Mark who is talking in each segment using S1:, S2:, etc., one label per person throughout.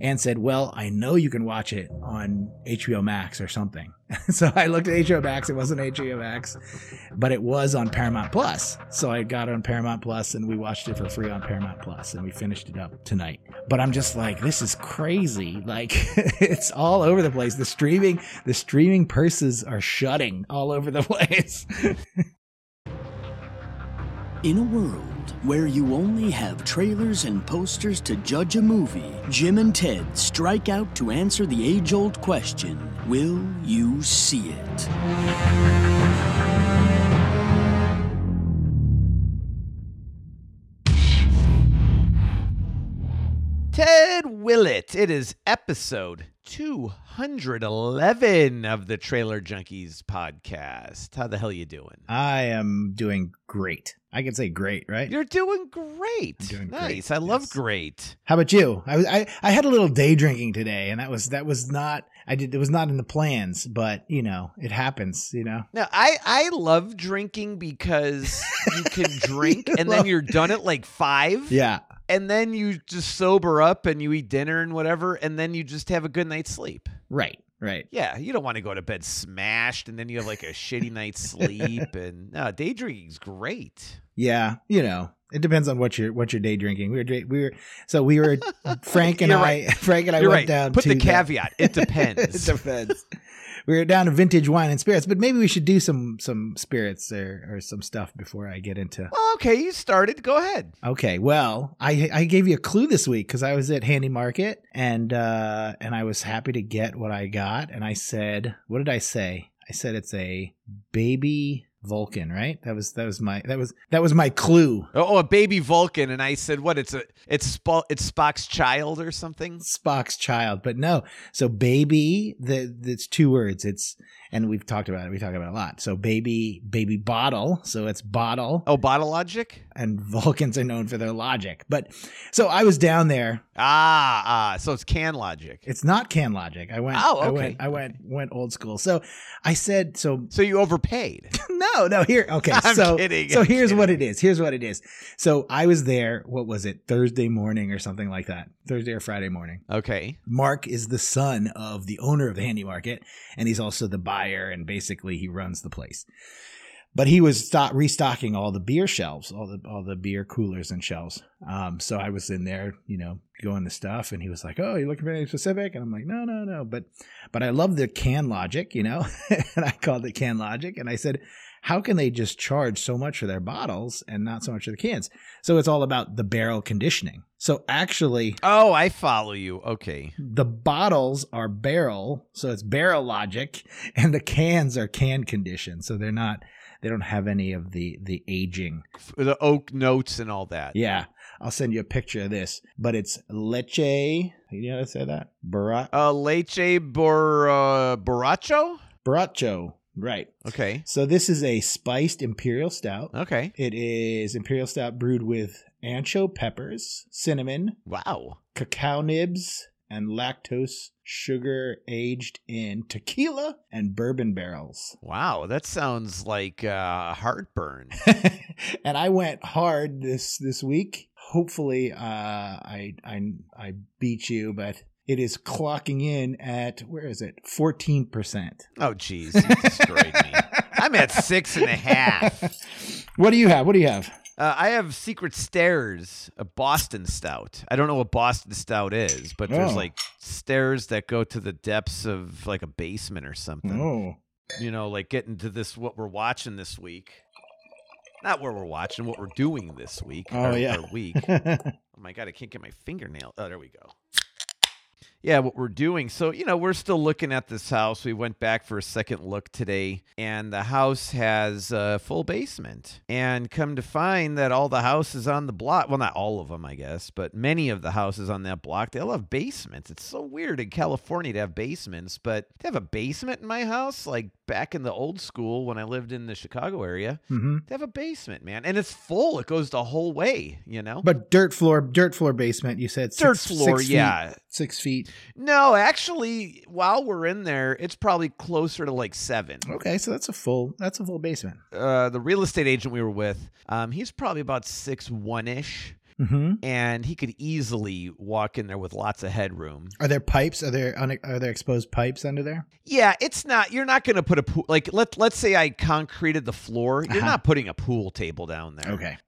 S1: and said, Well, I know you can watch it on HBO Max or something. so I looked at HBO Max. It wasn't HBO Max, but it was on Paramount Plus. So I got it on Paramount Plus and we watched it for free on Paramount Plus and we finished it up tonight. But I'm just like, this is crazy. Like it's all over the place. The streaming, the streaming purses are shutting all over the place.
S2: In a world where you only have trailers and posters to judge a movie, Jim and Ted strike out to answer the age old question Will you see it?
S3: Ted Willett. It is episode 211 of the Trailer Junkies podcast. How the hell you doing?
S1: I am doing great. I can say great, right?
S3: You're doing great.
S1: I'm doing
S3: nice.
S1: great,
S3: I love
S1: yes.
S3: great.
S1: How about you? I was I, I had a little day drinking today, and that was that was not I did it was not in the plans, but you know it happens. You know,
S3: No, I I love drinking because you can drink
S1: You
S3: and
S1: love-
S3: then you're done at like 5
S1: yeah,
S3: and then you just sober up and you eat dinner and whatever and then you just have a good night's sleep.
S1: right, right.
S3: Yeah, you don't want to go to bed smashed and then you have like a shitty night's sleep and no, day drinking's great.
S1: Yeah, you know, it depends on what you're what you're day drinking. We were dra- we were so we were Frank and
S3: You're
S1: I
S3: right.
S1: Frank and I
S3: You're
S1: went
S3: right.
S1: down
S3: Put
S1: to
S3: the caveat. It depends.
S1: it depends. we were down to vintage wine and spirits, but maybe we should do some some spirits or or some stuff before I get into.
S3: Well, okay, you started. Go ahead.
S1: Okay, well, I I gave you a clue this week because I was at Handy Market and uh, and I was happy to get what I got, and I said, what did I say? I said it's a baby Vulcan, right? That was that was my that was that was my clue.
S3: Oh, oh, a baby Vulcan, and I said, "What? It's a it's Spo- it's Spock's child or something."
S1: Spock's child, but no. So baby, the it's two words. It's and we've talked about it. We talk about it a lot. So baby, baby bottle. So it's bottle,
S3: Oh, bottle logic.
S1: and Vulcans are known for their logic. But so I was down there
S3: Ah, ah. So it's can logic.
S1: It's not can logic. I went.
S3: Oh,
S1: I
S3: okay.
S1: went. I went. Went old school. So I said. So
S3: So you overpaid.
S1: no, no. Here. Okay.
S3: I'm
S1: so
S3: kidding,
S1: so
S3: I'm
S1: here's
S3: kidding.
S1: what it is. Here's what it is. So I was there. What was it? Thursday morning or something like that. Thursday or Friday morning.
S3: Okay.
S1: Mark is the son of the owner of the handy market, and he's also the buyer, and basically he runs the place. But he was stock, restocking all the beer shelves, all the all the beer coolers and shelves. Um, so I was in there, you know, going the stuff, and he was like, "Oh, you looking for anything specific?" And I'm like, "No, no, no." But but I love the can logic, you know, and I called it can logic, and I said, "How can they just charge so much for their bottles and not so much for the cans?" So it's all about the barrel conditioning. So actually,
S3: Oh, I follow you. Okay.
S1: the bottles are barrel, so it's barrel logic, and the cans are can condition, so they're not they don't have any of the the aging.
S3: F- The oak notes and all that.
S1: Yeah, I'll send you a picture of this, but it's leche. You know how to say that? Bara-
S3: Uh, leche bor- uh, borracho.
S1: Baracho. Right.
S3: Okay.
S1: So this is a spiced imperial stout.
S3: Okay.
S1: It is imperial stout brewed with ancho peppers, cinnamon,
S3: Wow.
S1: cacao nibs and lactose sugar aged in tequila and bourbon barrels.
S3: Wow. That sounds like uh, heartburn.
S1: and I went hard this this week. Hopefully, uh, I I I beat you, but it is clocking in at where is it? Fourteen percent.
S3: Oh, jeez. You destroyed me. I'm at six and a half.
S1: What do you have? What do you have?
S3: Uh, I have Secret Stairs, a Boston Stout. I don't know what Boston Stout is, but there's
S1: Oh.
S3: like stairs that go to the depths of like a basement or something.
S1: Oh,
S3: You know, like getting to this what we're watching this week. Not what we're watching, what we're doing this week.
S1: Oh,
S3: or-
S1: yeah.
S3: or week. oh
S1: Mm-hmm.
S3: my god, I can't get my fingernail. Oh, there we go. Yeah, what we're doing. So, you know, we're still looking at this house. We went back for a second look today, and the house has a full basement. And come to find that all the houses on the block, well, not all of them, I guess, but many of the houses on that block, they all have basements. It's so weird in California to have basements, but to have a basement in my house, like back in the old school when I lived in the Chicago area,
S1: hmm
S3: they have a basement, man. And it's full, it goes the whole way, you know?
S1: but dirt floor, dirt floor basement. You said
S3: Dirt
S1: six-
S3: floor,
S1: six feet-
S3: yeah.
S1: six feet.
S3: No, actually, while we're in there, it's probably closer to like seven.
S1: Okay, so that's a full that's a full basement.
S3: Uh, the real estate agent we were with, um, he's probably about six one ish.
S1: Mm-hmm.
S3: and he could easily walk in there with lots of headroom.
S1: Are there pipes? Are there un- are there exposed pipes under there?
S3: Yeah, it's not. You're not going to put a pool. Like let let's say I concreted the floor. You're
S1: Uh-huh.
S3: not putting a pool table down there.
S1: Okay.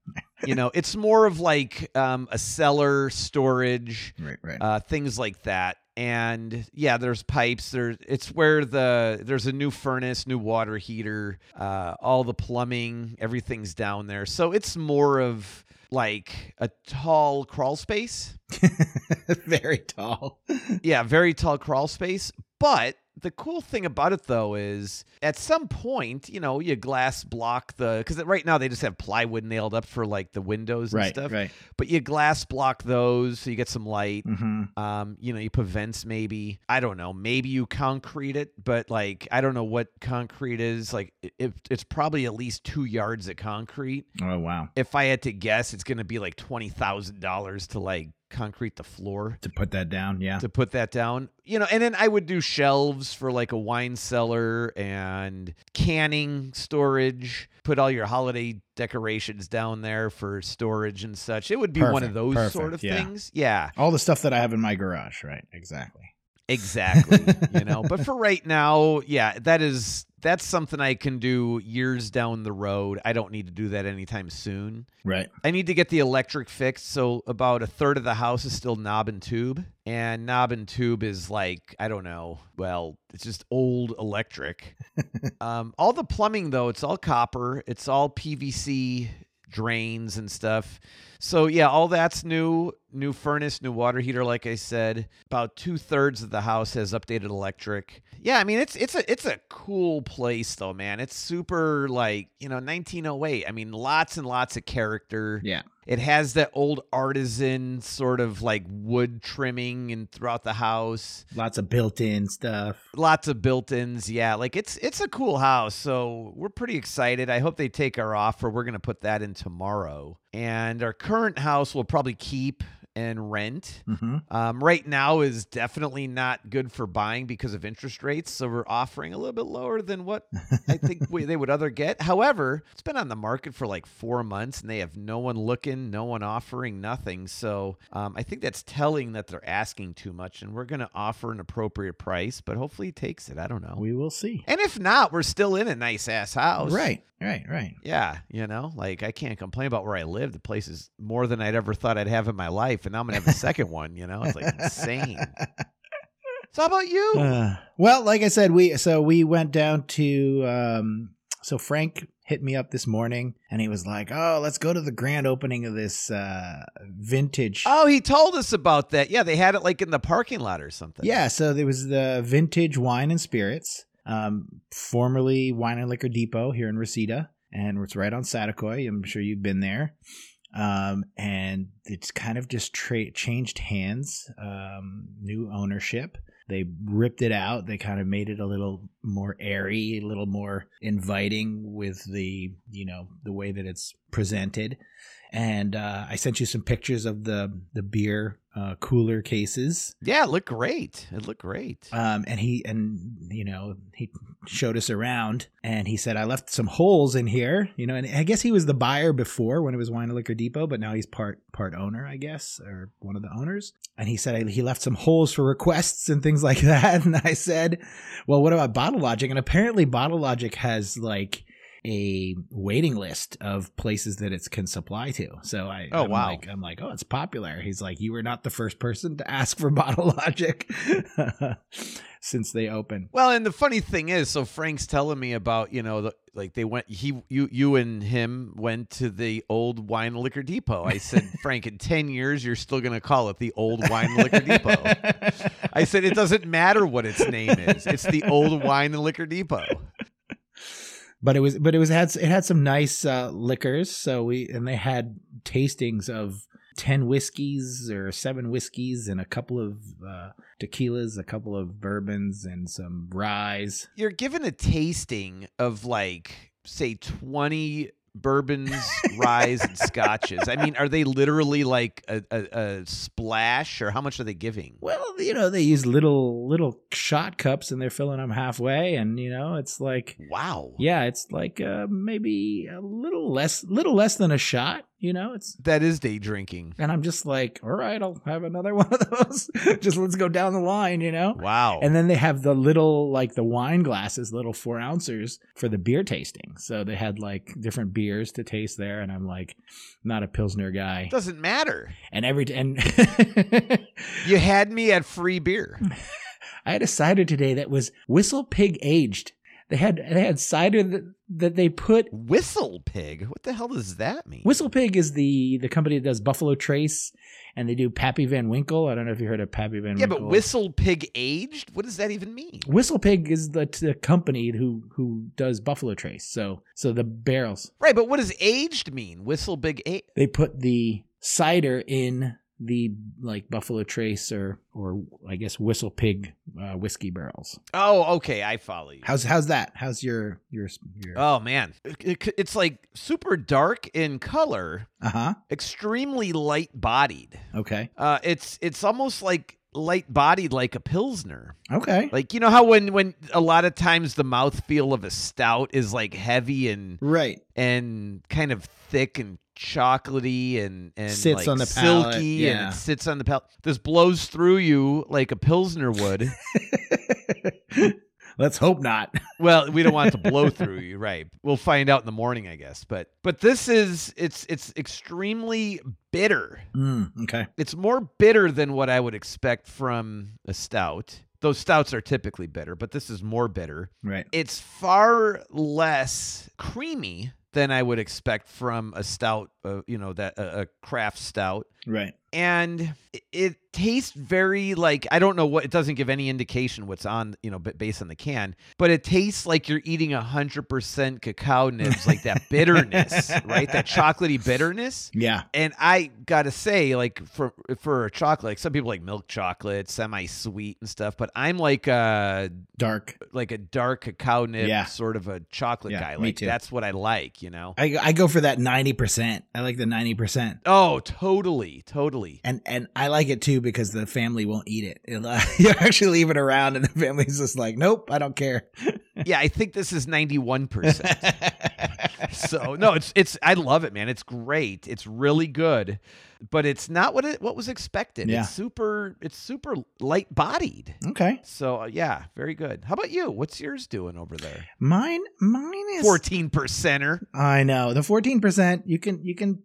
S3: you know, it's more of like um, a cellar storage,
S1: Right. Right.
S3: uh, things like that. And yeah, there's pipes. There, it's where the there's a new furnace, new water heater, uh, all the plumbing, everything's down there. So it's more of like a tall crawl space.
S1: Very tall.
S3: Yeah, very tall crawl space. But the cool thing about it though is at some point, you know, you glass block the because right now they just have plywood nailed up for like the windows and
S1: Right.
S3: stuff.
S1: Right.
S3: But you glass block those so you get some light.
S1: Mm-hmm.
S3: Um, you know, you put vents maybe. I don't know. Maybe you concrete it, but like I don't know what concrete is. Like it- it, it's probably at least two yards of concrete.
S1: Oh wow.
S3: If I had to guess, it's gonna be like twenty thousand dollars to like concrete the floor
S1: To put that down. Yeah.
S3: to put that down. You know, and then I would do shelves for like a wine cellar and canning storage, put all your holiday decorations down there for storage and such. It would be one
S1: Perfect,
S3: of those sort
S1: perfect,
S3: of
S1: yeah.
S3: things. Yeah,
S1: All the stuff that I have in my garage. Right. Exactly.
S3: exactly. you know, but for right now, yeah, that is that's something I can do years down the road. I don't need to do that anytime soon.
S1: Right.
S3: I need to get the electric fixed. So about a third of the house is still knob and tube, and knob and tube is like I don't know. Well, it's just old electric. um, all the plumbing though, it's all copper. It's all PVC drains and stuff. So yeah, all that's new. New furnace, new water heater. Like I said, about two thirds of the house has updated electric. Yeah, I mean it's it's a it's a cool place though, man. It's super like you know 1908. I mean, lots and lots of character.
S1: Yeah.
S3: It has that old artisan sort of like wood trimming and throughout the house.
S1: Lots of built-in stuff.
S3: Lots of built-ins. Yeah, like it's it's a cool house. So we're pretty excited. I hope they take our offer. We're gonna put that in tomorrow. And our current house we'll probably keep and rent.
S1: Mm-hmm.
S3: Um, right now is definitely not good for buying because of interest rates. So we're offering a little bit lower than what I think we, they would other get. However, it's been on the market for like four months and they have no one looking, no one offering, nothing. So um, I think that's telling that they're asking too much and we're going to offer an appropriate price, but hopefully he takes it. I don't know.
S1: We will see.
S3: And if not, we're still in a nice ass house.
S1: Right. Right. Right.
S3: Yeah, you know, like I can't complain about where I live. The place is more than I'd ever thought I'd have in my life, and now I'm gonna have a second one. You know, it's like insane. So how about you?
S1: Uh, well, like I said, we so we went down to um so Frank hit me up this morning and he was like, "Oh, let's go to the grand opening of this uh vintage
S3: oh, he told us about that. Yeah, they had it like in the parking lot or something.
S1: Yeah, so there was the Vintage Wine and Spirits, um formerly Wine and Liquor Depot here in Reseda, and it's right on Satakoy. I'm sure you've been there. Um, and it's kind of just tra- changed hands, um, new ownership. They ripped it out. They kind of made it a little more airy, a little more inviting with the, you know, the way that it's presented. And uh, I sent you some pictures of the the beer uh, cooler cases.
S3: yeah, it looked great. It looked great.
S1: Um, and he and you know he showed us around, and he said I left some holes in here, you know. And I guess he was the buyer before when it was Wine and Liquor Depot, but now he's part part owner, I guess, or one of the owners. And he said he left some holes for requests and things like that. And I said, well, what about Bottle Logic? And apparently, Bottle Logic has like a waiting list of places that it can supply to. So I,
S3: Oh,
S1: I'm
S3: wow.
S1: like, I'm like, oh, it's popular. He's like, you were not the first person to ask for Bottle Logic since they opened.
S3: well, and the funny thing is, so Frank's telling me about you know the, like they went he you you and him went to the old wine and liquor depot. I said, Frank, in ten years you're still gonna call it the old wine and liquor depot. I said it doesn't matter what its name is. It's the old wine and liquor depot.
S1: but it was, but it was had it had some nice uh, liquors. So we and they had tastings of ten whiskeys or seven whiskeys and a couple of uh, tequilas, a couple of bourbons, and some ryes.
S3: You're given a tasting of like say 20 bourbons, ryes and scotches. I mean, are they literally like a, a, a splash or how much are they giving?
S1: Well, you know, they use little little shot cups and they're filling them halfway, and you know, it's like
S3: Wow.
S1: yeah, it's like uh, maybe a little less, little less than a shot. You You know, it's
S3: That is day drinking.
S1: and I'm just like, all right, I'll have another one of those. just let's go down the line, you know.
S3: Wow.
S1: And then they have the little like the wine glasses, little four ouncers for the beer tasting. So they had like different beers to taste there, and I'm like, not a pilsner guy.
S3: doesn't matter.
S1: And every and
S3: You had me at free beer.
S1: Mm. I had a cider today that was whistle pig aged. They had they had cider that, that they put
S3: Whistle pig. What the hell does that mean?
S1: Whistle Pig is the the company that does Buffalo Trace, and they do Pappy Van Winkle. I don't know if you heard of Pappy Van
S3: Yeah,
S1: Winkle.
S3: but whistle pig aged? What does that even mean?
S1: Whistle Pig is the, the company who who does Buffalo Trace. So so the barrels
S3: Right, but what does aged mean? Whistle pig aged.
S1: they put the cider in the like Buffalo Trace or or I guess Whistle Pig uh, whiskey barrels.
S3: Oh, okay, I follow you.
S1: How's how's that? How's your your your
S3: Oh man, It- it- it's like super dark in color,
S1: uh huh?
S3: extremely light bodied.
S1: Okay
S3: Uh, it's it's almost like light bodied like a pilsner.
S1: okay
S3: Like you know how when when a lot of times the mouthfeel of a stout is like heavy and
S1: right
S3: and kind of thick and chocolatey and and
S1: Sits
S3: like
S1: on the palate,
S3: silky
S1: yeah.
S3: and it sits on the palate. This blows through you like a pilsner would.
S1: Let's hope not.
S3: Well, we don't want it to blow through you, right? We'll find out in the morning, I guess. But but this is it's it's extremely bitter.
S1: Mm, okay.
S3: It's more bitter than what I would expect from a stout. Those stouts are typically bitter, but this is more bitter.
S1: Right.
S3: It's far less creamy than I would expect from a stout, uh, you know, that a a craft stout
S1: Right.
S3: and it, it tastes very like I don't know what it doesn't give any indication what's on you know b- based on the can, but it tastes like you're eating hundred percent cacao nibs, like that bitterness, right? That chocolatey bitterness.
S1: Yeah.
S3: And I gotta say, like for for a chocolate, like some people like milk chocolate, semi sweet and stuff, but I'm like uh
S1: Dark.
S3: like a dark cacao nib
S1: Yeah.
S3: sort of a chocolate
S1: Yeah,
S3: guy. Like
S1: me too.
S3: that's what I like, you know.
S1: I I go for that ninety percent. I like the ninety percent.
S3: oh, totally, totally.
S1: And and I like it too because the family won't eat it. It'll- you actually leave it around, and the family's just like, "Nope, I don't care."
S3: Yeah, I think this is ninety one percent. so no, it's it's I love it, man. It's great. It's really good, but it's not what it what was expected.
S1: Yeah.
S3: It's super. It's super light bodied.
S1: okay,
S3: So uh, yeah, very good. How about you? What's yours doing over there?
S1: mine mine is.
S3: Fourteen percenter.
S1: I know the fourteen percent. You can you can,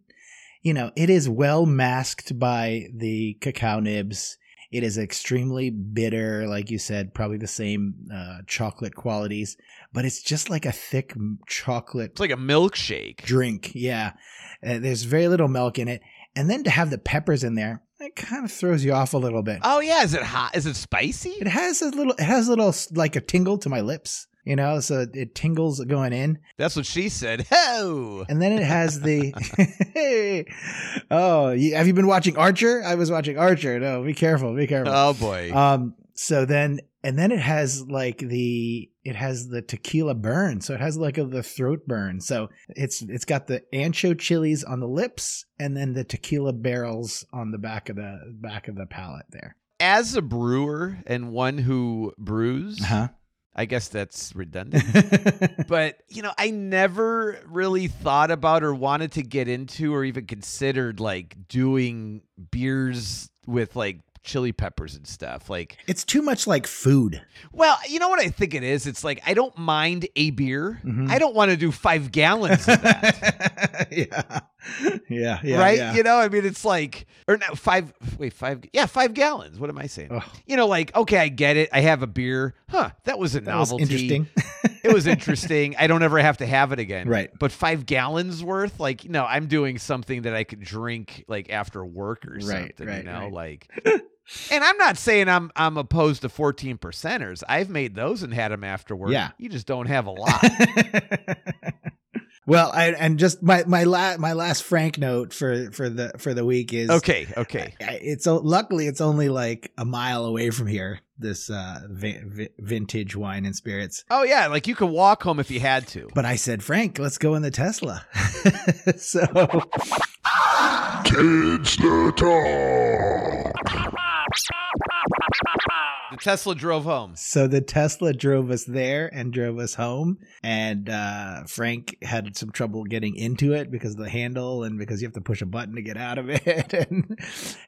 S1: you know, it is well masked by the cacao nibs. It is extremely bitter, like you said, probably the same uh, chocolate qualities, but it's just like a thick m- chocolate
S3: It's like a milkshake.
S1: drink. Yeah. Uh, there's very little milk in it. And then to have the peppers in there, it kind of throws you off a little bit.
S3: Oh yeah, is it hot? Is it spicy?
S1: It has a little, it has a little s- like a tingle to my lips, you know, so it tingles going in.
S3: That's what she said. Oh,
S1: And then it has the, oh, you, have you been watching Archer? I was watching Archer. No, be careful, be careful.
S3: oh boy.
S1: Um, so then, and then it has like the it has the tequila burn, so it has like a, the throat burn. So it's it's got the ancho chilies on the lips, and then the tequila barrels on the back of the back of the palate there.
S3: As a brewer and one who brews,
S1: Huh?
S3: I guess that's redundant. but you know i never really thought about or wanted to get into or even considered like doing beers with like chili peppers and stuff like
S1: it's too much like food.
S3: well you know what i think it is it's like i don't mind a beer
S1: Mhm.
S3: i don't want to do five gallons of that
S1: yeah, yeah, yeah.
S3: right
S1: Yeah.
S3: you know i mean it's like or no five wait five yeah five gallons what am i saying
S1: Ugh.
S3: you know like okay i get it i have a beer huh that was a
S1: That was
S3: novelty
S1: interesting.
S3: it was interesting. I don't ever have to have it again.
S1: Right.
S3: But five gallons worth, like, no, I'm doing something that I could drink like after work or
S1: Right,
S3: something, you
S1: right,
S3: know?
S1: right.
S3: Like And I'm not saying I'm I'm opposed to 14 percenters. I've made those and had them after work.
S1: Yeah.
S3: You just don't have a lot.
S1: well, I, and just my my la- my last Frank note for for the for the week is
S3: okay, okay.
S1: I- It's o- luckily it's only like a mile away from here. This uh, vi- vi- vintage wine and spirits.
S3: Oh yeah, like you could walk home if you had to.
S1: But I said, Frank, let's go in the Tesla. so
S4: Kids the Talk.
S3: The Tesla drove home.
S1: So the Tesla drove us there and drove us home. And uh, Frank had some trouble getting into it because of the handle and because you have to push a button to get out of it. and,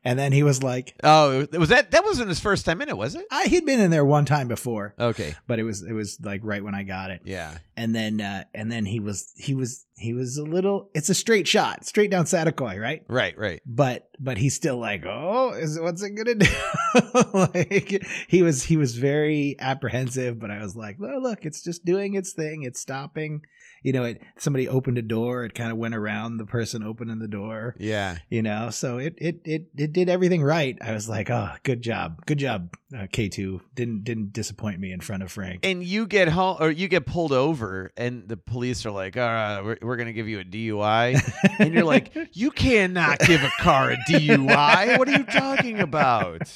S1: and then he was like,
S3: Oh, was that that wasn't his first time in it, was it?
S1: I, he'd been in there one time before,
S3: Okay.
S1: but it was it was like right when I got it.
S3: Yeah.
S1: And then uh, and then he was he was he was a little. It's a straight shot, straight down Satakoy, right?
S3: Right, right.
S1: but but he's still like oh is what's it gonna do like he was he was very apprehensive but i was like well look it's just doing its thing it's stopping you know it somebody opened a door it kind of went around the person opening the door
S3: Yeah.
S1: you know so it it it, it did everything right i was like oh good job good job uh, k2 didn't didn't disappoint me in front of frank
S3: And you get home or you get pulled over and the police are like, all right, we're, we're going to give you a DUI. And you're like, you cannot give a car a DUI. What are you talking about?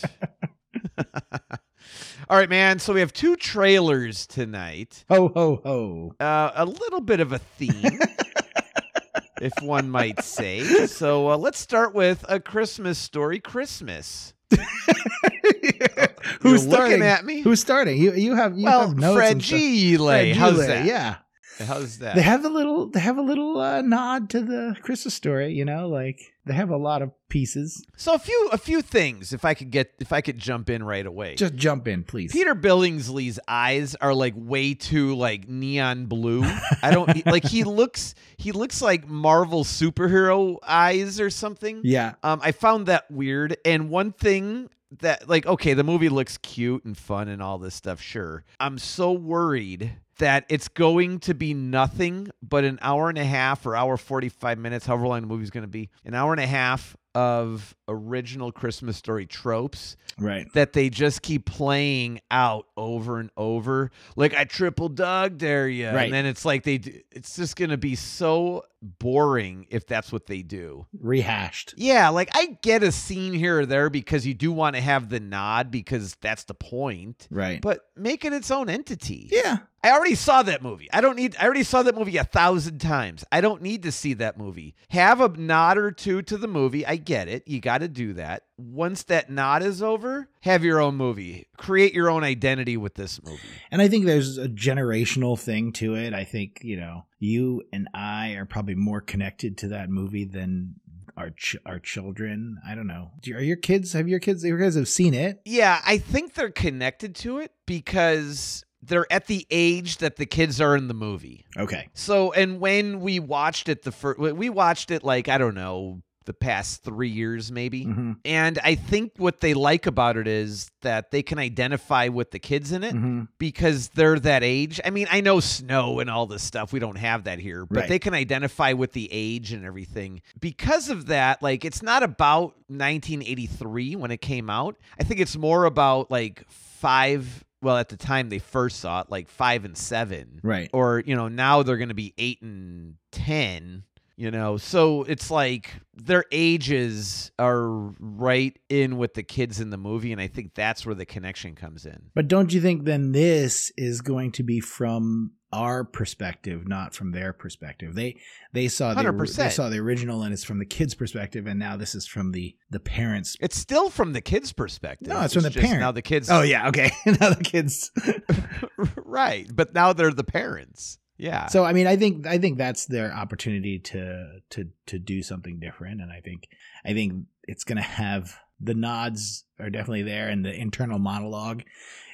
S3: all right, man. So we have two trailers tonight.
S1: ho ho ho
S3: Uh, a little bit of a theme, if one might say. So uh, let's start with a Christmas story. Christmas.
S1: who's
S3: You're looking
S1: starting
S3: at me?
S1: who's starting you you have you
S3: well,
S1: have notes
S3: Fred
S1: and stuff.
S3: G.
S1: Fred
S3: How's
S1: Goulet,
S3: that?
S1: yeah
S3: How's that?
S1: They have a little. They have a little uh, nod to the Christmas story. You know, like they have a lot of pieces.
S3: So a few a few things if I could get if I could jump in right away.
S1: Just jump in, please.
S3: Peter Billingsley's eyes are like way too like neon blue. I don't like he looks he looks like Marvel superhero eyes or something.
S1: Yeah.
S3: Um I found that weird and one thing that like okay, the movie looks cute and fun and all this stuff, sure. I'm so worried that it's going to be nothing but an hour and a half or hour 45 minutes, however long the movie's going to be. An hour and a half of original Christmas story tropes
S1: Right.
S3: that they just keep playing out over and over. Like I triple dog dare you,
S1: Right.
S3: and then it's like they. Do, it's just gonna be so boring if that's what they do.
S1: Rehashed.
S3: Yeah, like I get a scene here or there because you do want to have the nod because that's the point.
S1: Right.
S3: But make it its own entity.
S1: yeah.
S3: I already saw that movie. I don't need. I already saw that movie a thousand times. I don't need to see that movie. Have a nod or two to the movie. I get it. You got to do that. Once that nod is over, have your own movie. Create your own identity with this movie.
S1: And I think there's a generational thing to it. I think you know you and I are probably more connected to that movie than our ch- our children. I don't know. Do, are your kids? Have your kids? Your kids have seen it.
S3: Yeah, I think they're connected to it because they're at the age that the kids are in the movie.
S1: Okay.
S3: So, and when we watched it the first, we watched it like I don't know the past three years maybe.
S1: hmm
S3: And I think what they like about it is that they can identify with the kids in it
S1: hmm
S3: because they're that age. I mean, I know snow and all this stuff. We don't have that here, but
S1: Right.
S3: they can identify with the age and everything. Because of that, like it's not about 1983 when it came out. I think it's more about like 5 well, at the time they first saw it, like 5 and 7
S1: Right.
S3: or you know now they're going to be 8 and 10 you know so it's like their ages are right in with the kids in the movie and i think that's where the connection comes in
S1: But don't you think then this is going to be from our perspective, not from their perspective? They they saw the
S3: 100%.
S1: they saw the original, and it's from the kids' perspective, and now this is from the the parents.
S3: it's still from the kids perspective
S1: No, it's from the
S3: just
S1: parent.
S3: now the kids
S1: Oh yeah, okay. now the kids.
S3: right but now they're the parents yeah
S1: so I mean, I think I think that's their opportunity to to to do something different, and I think I think it's going to have the nods are definitely there, and the internal monologue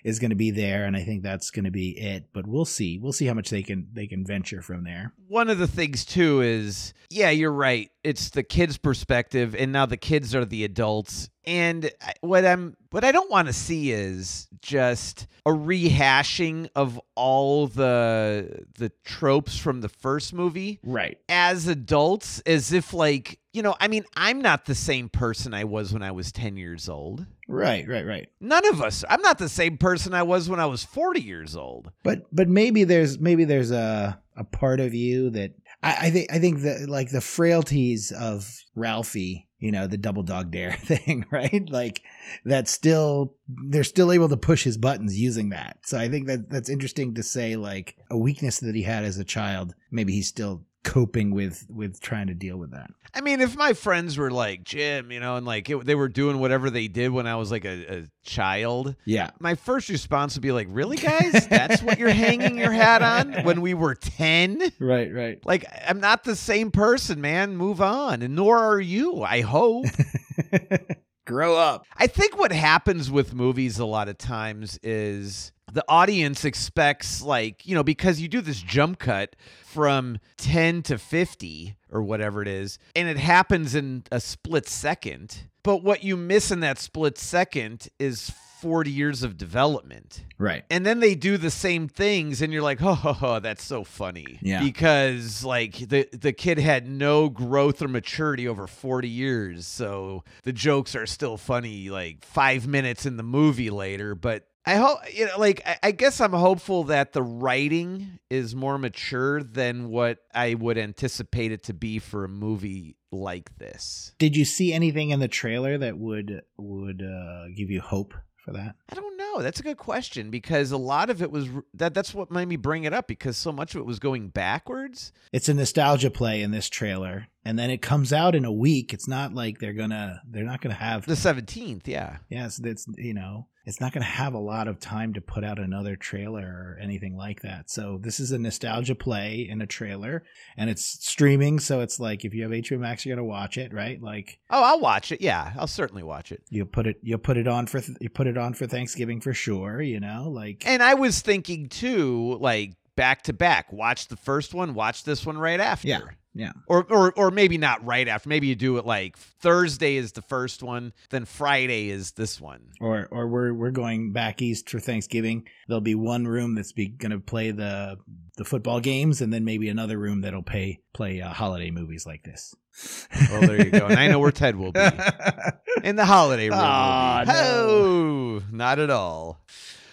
S1: is going to be there, and I think that's going to be it. But we'll see. We'll see how much they can they can venture from there.
S3: one of the things too is yeah you're right it's the kids perspective and now the kids are the adults and I- what i'm what i don't want to see is just a rehashing of all the the tropes from the first movie
S1: Right.
S3: as adults as if like you know i mean i'm not the same person i was when i was 10 years old
S1: Right, right, right.
S3: none of us i'm not the same person i was when i was 40 years old
S1: But but maybe there's maybe there's a a part of you that I, I think I think that like the frailties of Ralphie, you know, the double dog dare thing, right? Like that still they're still able to push his buttons using that. So I think that that's interesting to say like a weakness that he had as a child, maybe he still coping with with trying to deal with that.
S3: I mean, if my friends were like Jim, you know, and like it, they were doing whatever they did when I was like a, a child,
S1: Yeah.
S3: my first response would be like, "Really, guys? That's what you're hanging your hat on when we were 10?"
S1: Right, right.
S3: Like, I'm not the same person, man. Move on. And nor are you, I hope.
S1: Grow up.
S3: I think what happens with movies a lot of times is the audience expects, like, you know, because you do this jump cut from 10 to 50 or whatever it is, and it happens in a split second. But what you miss in that split second is 40 years of development.
S1: Right.
S3: And then they do the same things, and you're like, oh, ho, ho, that's so funny.
S1: Yeah.
S3: Because, like, the, the kid had no growth or maturity over 40 years. So the jokes are still funny, like, five minutes in the movie later. But I hope, you know, like, I, I guess I'm hopeful that the writing is more mature than what I would anticipate it to be for a movie like this.
S1: Did you see anything in the trailer that would would uh, give you hope for that?
S3: I don't know. That's a good question because a lot of it was that that's what made me bring it up because so much of it was going backwards.
S1: It's a nostalgia play in this trailer, and then it comes out in a week. It's not like they're gonna they're not gonna have
S3: The 17th, yeah.
S1: Yes, that's you know, it's not going to have a lot of time to put out another trailer or anything like that. So this is a nostalgia play in a trailer, and it's streaming. So it's like if you have HBO Max, you're going to watch it, right? Like
S3: Oh, I'll watch it. Yeah, I'll certainly watch it.
S1: you put it, you put it on for th- you put it on for Thanksgiving for sure. You know, like
S3: And I was thinking too like back to back, watch the first one, watch this one right after.
S1: Yeah, yeah.
S3: Or or or maybe not right after. Maybe you do it like Thursday is the first one, then Friday is this one.
S1: or or we're we're going back east for Thanksgiving. There'll be one room that's be going to play the the football games, and then maybe another room that'll pay play uh, holiday movies like this.
S3: Well, there you go. And I know where Ted will be. in the holiday room.
S1: Aw,
S3: no. not at all.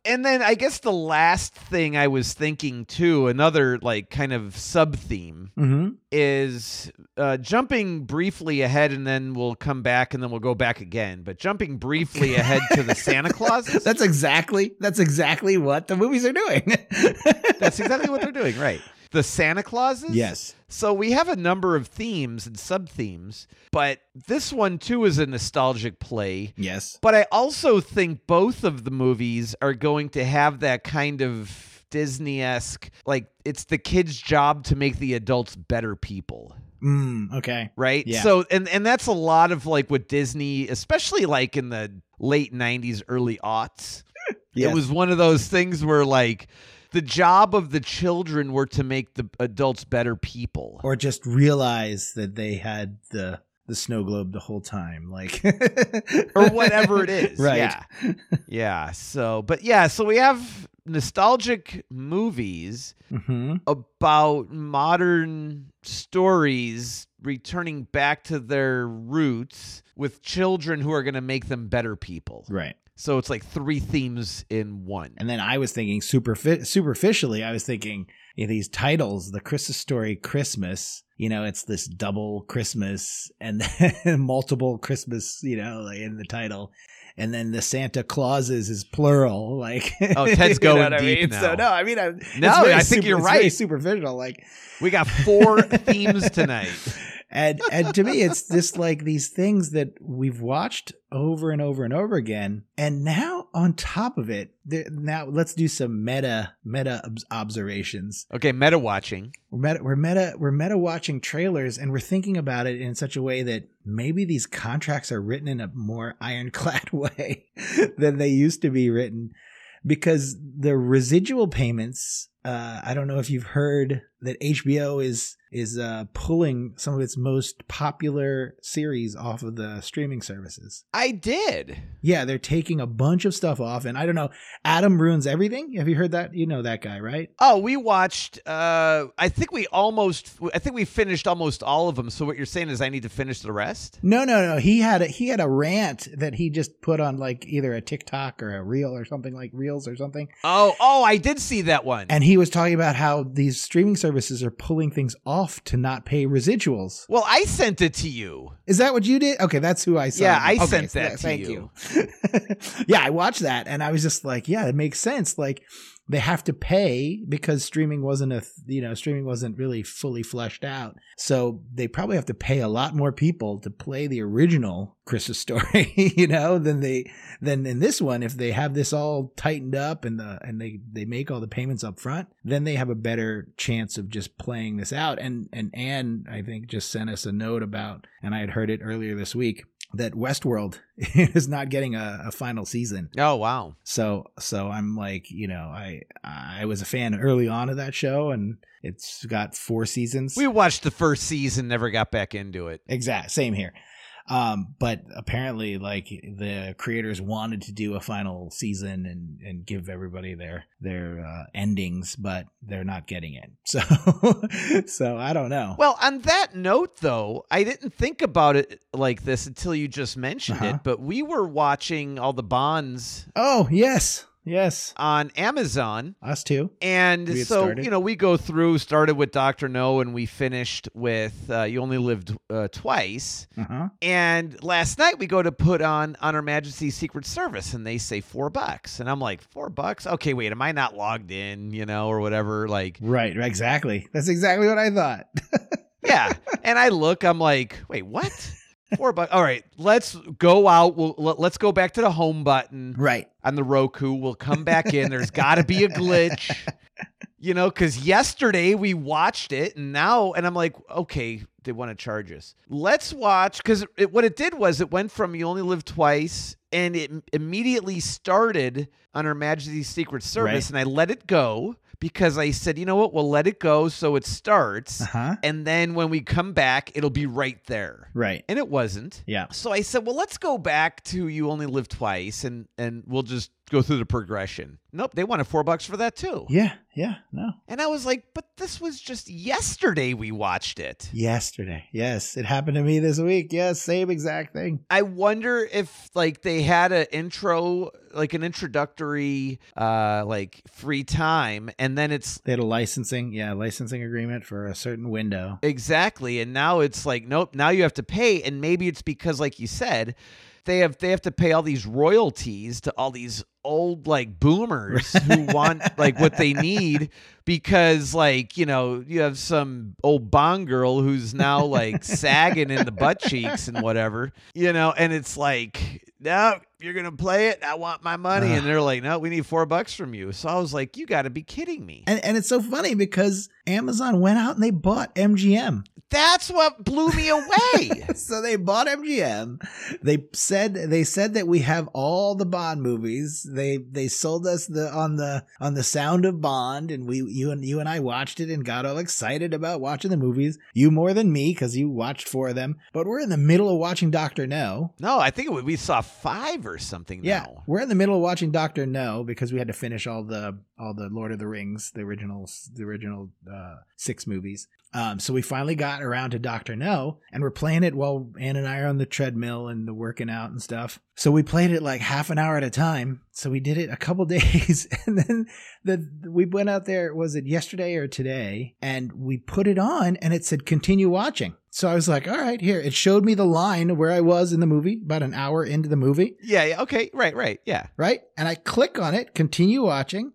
S3: And then I guess the last thing I was thinking too, another like kind of sub theme
S1: hmm
S3: is uh, jumping briefly ahead, and then we'll come back, and then we'll go back again. But jumping briefly ahead to the Santa Clauses.
S1: That's exactly that's exactly what the movies are doing.
S3: That's exactly what they're doing, right? The Santa Clauses.
S1: yes.
S3: So we have a number of themes and sub themes, but this one too is a nostalgic play.
S1: Yes.
S3: But I also think both of the movies are going to have that kind of Disney esque, like it's the kids' job to make the adults better people.
S1: Mm, okay.
S3: Right.
S1: Yeah.
S3: So, and, and that's a lot of like what Disney, especially like in the late 90s, early aughts, it was one of those things where like the job of the children were to make the adults better people.
S1: or just realize that they had the the snow globe the whole time, like
S3: or whatever it is.
S1: Right.
S3: Yeah. Yeah. So, but yeah, so we have nostalgic movies
S1: hmm
S3: about modern stories returning back to their roots with children who are going to make them better people.
S1: Right.
S3: So it's like three themes in one.
S1: And then I was thinking superfi- superficially, I was thinking you know, these titles, the Christmas story Christmas, you know, it's this double Christmas and then multiple Christmas, you know, like in the title. And then the Santa Clauses is plural, like
S3: Oh, Ted's
S1: you know
S3: going
S1: what I
S3: deep
S1: mean?
S3: now.
S1: So no, I mean, I, it's
S3: No,
S1: very
S3: I think
S1: super-
S3: you're
S1: it's very
S3: right.
S1: superficial, like
S3: We got four themes tonight.
S1: and and to me it's just like these things that we've watched over and over and over again and now on top of it there- now let's do some meta meta obs- observations
S3: Okay, meta watching.
S1: we're meta we're meta we're meta watching trailers and we're thinking about it in such a way that maybe these contracts are written in a more ironclad way than they used to be written because the residual payments uh, I don't know if you've heard that HBO is is uh, pulling some of its most popular series off of the streaming services.
S3: I did.
S1: Yeah, they're taking a bunch of stuff off, and I don't know. Adam ruins everything. Have you heard that? You know that guy, right?
S3: Oh, we watched. Uh, I think we almost. I think we finished almost all of them. So what you're saying is I need to finish the rest.
S1: No, no, no. He had a, he had a rant that he just put on like either a TikTok or a reel or something like reels or something,
S3: Oh, oh, I did see that one.
S1: and he was talking about how these streaming services are pulling things off to not pay residuals.
S3: well, I sent it to you.
S1: Is that what you did? Okay, that's who I sent.
S3: Yeah, I
S1: Okay,
S3: sent that
S1: th-
S3: to
S1: thank you. yeah, I watched that and I was just like, yeah, it makes sense. Like they have to pay because streaming wasn't a th- you know streaming wasn't really fully fleshed out so they probably have to pay a lot more people to play the original chris's story you know than they than in this one if they have this all tightened up and the and they they make all the payments up front then they have a better chance of just playing this out and and anne i think just sent us a note about and i had heard it earlier this week that Westworld is not getting a, a final season.
S3: Oh wow.
S1: So so I'm like, you know, I I was a fan early on of that show and it's got four seasons.
S3: We watched the first season, never got back into it.
S1: exact same here. Um, but apparently like the creators wanted to do a final season and, and give everybody their their uh, endings, but they're not getting it. So so I don't know.
S3: Well, on that note though, I didn't think about it like this until you just mentioned
S1: Uh-huh.
S3: it, but we were watching all the bonds
S1: oh yes. Yes.
S3: on Amazon
S1: Us too.
S3: And
S1: We had
S3: so,
S1: started.
S3: you know, we go through, started with Dr. No, and we finished with uh, You Only Lived uh, Twice.
S1: Uh-huh.
S3: And last night we go to put on on Her Majesty's Secret Service, and they say four bucks. And I'm like, four bucks? Okay, wait, am I not logged in, you know, or whatever? Like,
S1: Right, right, exactly. That's exactly what I thought.
S3: yeah. and I look, I'm like, wait, what? Four bucks. All right, let's go out. We'll, let- let's go back to the home button.
S1: right.
S3: on the Roku. We'll come back in. There's got to be a glitch, you know, because yesterday we watched it and now, and I'm like, okay, they want to charge us. Let's watch because it, what it did was it went from You Only Live Twice and it immediately started on Her Majesty's Secret Service. And I let it go because I said, you know what, we'll let it go so it starts.
S1: Uh-huh.
S3: And then when we come back, it'll be right there.
S1: Right.
S3: And it wasn't.
S1: Yeah.
S3: So I said, well, let's go back to you only live twice, and and we'll just go through the progression. Nope, they wanted four bucks for that too.
S1: Yeah. Yeah. No.
S3: And I was like, but this was just yesterday we watched it.
S1: Yesterday. Yes. It happened to me this week. Yes. Same exact thing.
S3: I wonder if like they had an intro, like an introductory, uh, like free time, and then it's
S1: They had a licensing, yeah, licensing agreement for a certain window.
S3: exactly, and now it's like, nope, now you have to pay, and maybe it's because, like you said. They have they have to pay all these royalties to all these old like boomers who want like what they need because like you know you have some old bond girl who's now like sagging in the butt cheeks and whatever you know and it's like no you're gonna play it i want my money and they're like no we need four bucks from you so i was like you gotta be kidding me
S1: And and it's so funny because Amazon went out and they bought MGM.
S3: that's what blew me away
S1: So they bought MGM. They said they said that we have all the Bond movies. They they sold us the on the on the sound of Bond and we you and you and I watched it and got all excited about watching the movies. You more than me cuz you watched four of them. But we're in the middle of watching Doctor No.
S3: no i think it was, we saw five or something
S1: Yeah,
S3: now.
S1: we're in the middle of watching Doctor No because we had to finish all the all the Lord of the Rings, the original the original uh, six movies. Um, so we finally got around to Doctor No, and we're playing it while Ann and I are on the treadmill and the working out and stuff. So we played it like half an hour at a time. So we did it a couple days, and then the we went out there. Was it yesterday or today? And we put it on, and it said continue watching. So I was like, all right, here. It showed me the line where I was in the movie, about an hour into the movie
S3: yeah yeah okay right right yeah
S1: right? And I click on it, continue watching,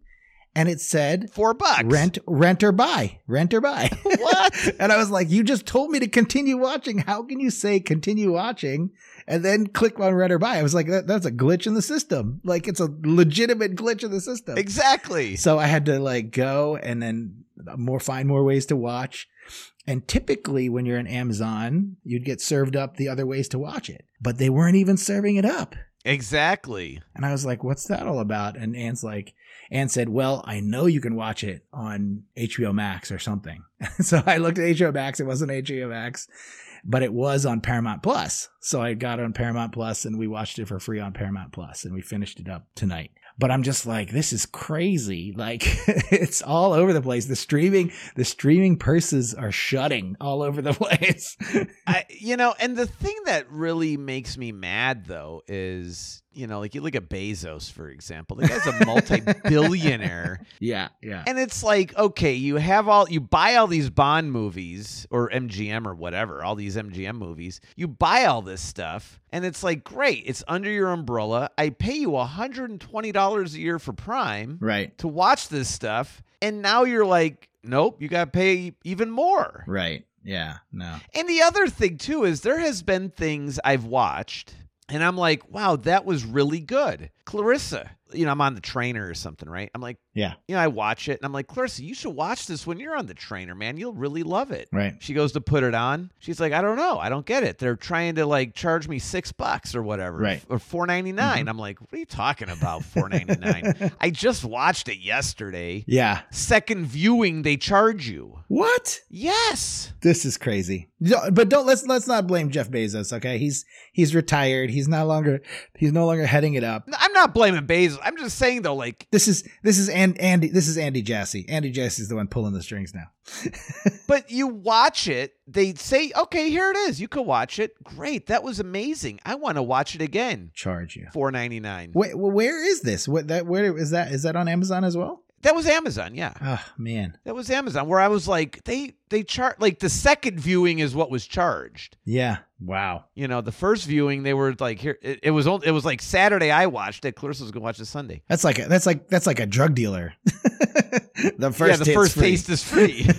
S1: and it said
S3: four bucks
S1: rent, rent or buy, rent or buy.
S3: what
S1: and I was like, you just told me to continue watching. How can you say continue watching and then click on rent or buy? I was like, that, that's a glitch in the system. Like it's a legitimate glitch in the system.
S3: exactly
S1: So I had to like go and then more find more ways to watch. And typically when you're in Amazon, you'd get served up the other ways to watch it, but they weren't even serving it up.
S3: exactly
S1: And I was like, what's that all about? And Anne's like, Anne said, well, I know you can watch it on HBO Max or something. so I looked at HBO Max. It wasn't HBO Max, but it was on Paramount Plus. So I got it on Paramount Plus and we watched it for free on Paramount Plus and we finished it up tonight. But I'm just like, this is crazy. Like it's all over the place. The streaming, the streaming purses are shutting all over the place.
S3: I, you know, and the thing that really makes me mad though is, You know, like you look at Bezos, for example. The guy's a multi-billionaire.
S1: Yeah, yeah.
S3: And it's like, okay, you have all you buy all these Bond movies or MGM or whatever, all these MGM movies. You buy all this stuff, and it's like, great, it's under your umbrella. I pay you $120 a year for Prime
S1: Right,
S3: to watch this stuff, and now you're like, nope, you got to pay even more.
S1: right. Yeah, no.
S3: And the other thing too is there has been things I've watched and I'm like, wow, that was really good. Clarissa, you know, I'm on the trainer or something, right? I'm like,
S1: Yeah.
S3: You know, I watch it and I'm like, Clarissa, you should watch this when you're on the trainer, man. You'll really love it.
S1: Right.
S3: She goes to put it on. She's like, I don't know. I don't get it. They're trying to like charge me six bucks or whatever.
S1: Right. Mm-hmm.
S3: Or four I'm like, what are you talking about? Four ninety nine. I just watched it yesterday.
S1: Yeah.
S3: Second viewing, they charge you.
S1: What?
S3: Yes.
S1: This is crazy. No, But don't let's let's not blame Jeff Bezos, okay? He's he's retired. He's no longer he's no longer heading it up.
S3: No, I'm not blaming Bezos. I'm just saying though, like,
S1: This is this is and Andy this is Andy Jassy. Andy Jassy's the one pulling the strings now.
S3: but you watch it, they say, okay, here it is. You can watch it. Great, that was amazing. I want to watch it again.
S1: Charge you.
S3: Four ninety nine.
S1: Wait, well, where is this? What that where is that is that on Amazon as well?
S3: That was Amazon, yeah.
S1: Oh man.
S3: That was Amazon. Where I was like, they they chart like the second viewing is what was charged.
S1: Yeah. Wow.
S3: You know, the first viewing they were like here. It, it was on- it was like Saturday. I watched it. Clarissa was gonna watch it Sunday.
S1: That's like a, that's like that's like a drug dealer. the first
S3: yeah, the
S1: hit's
S3: first
S1: free.
S3: taste is free.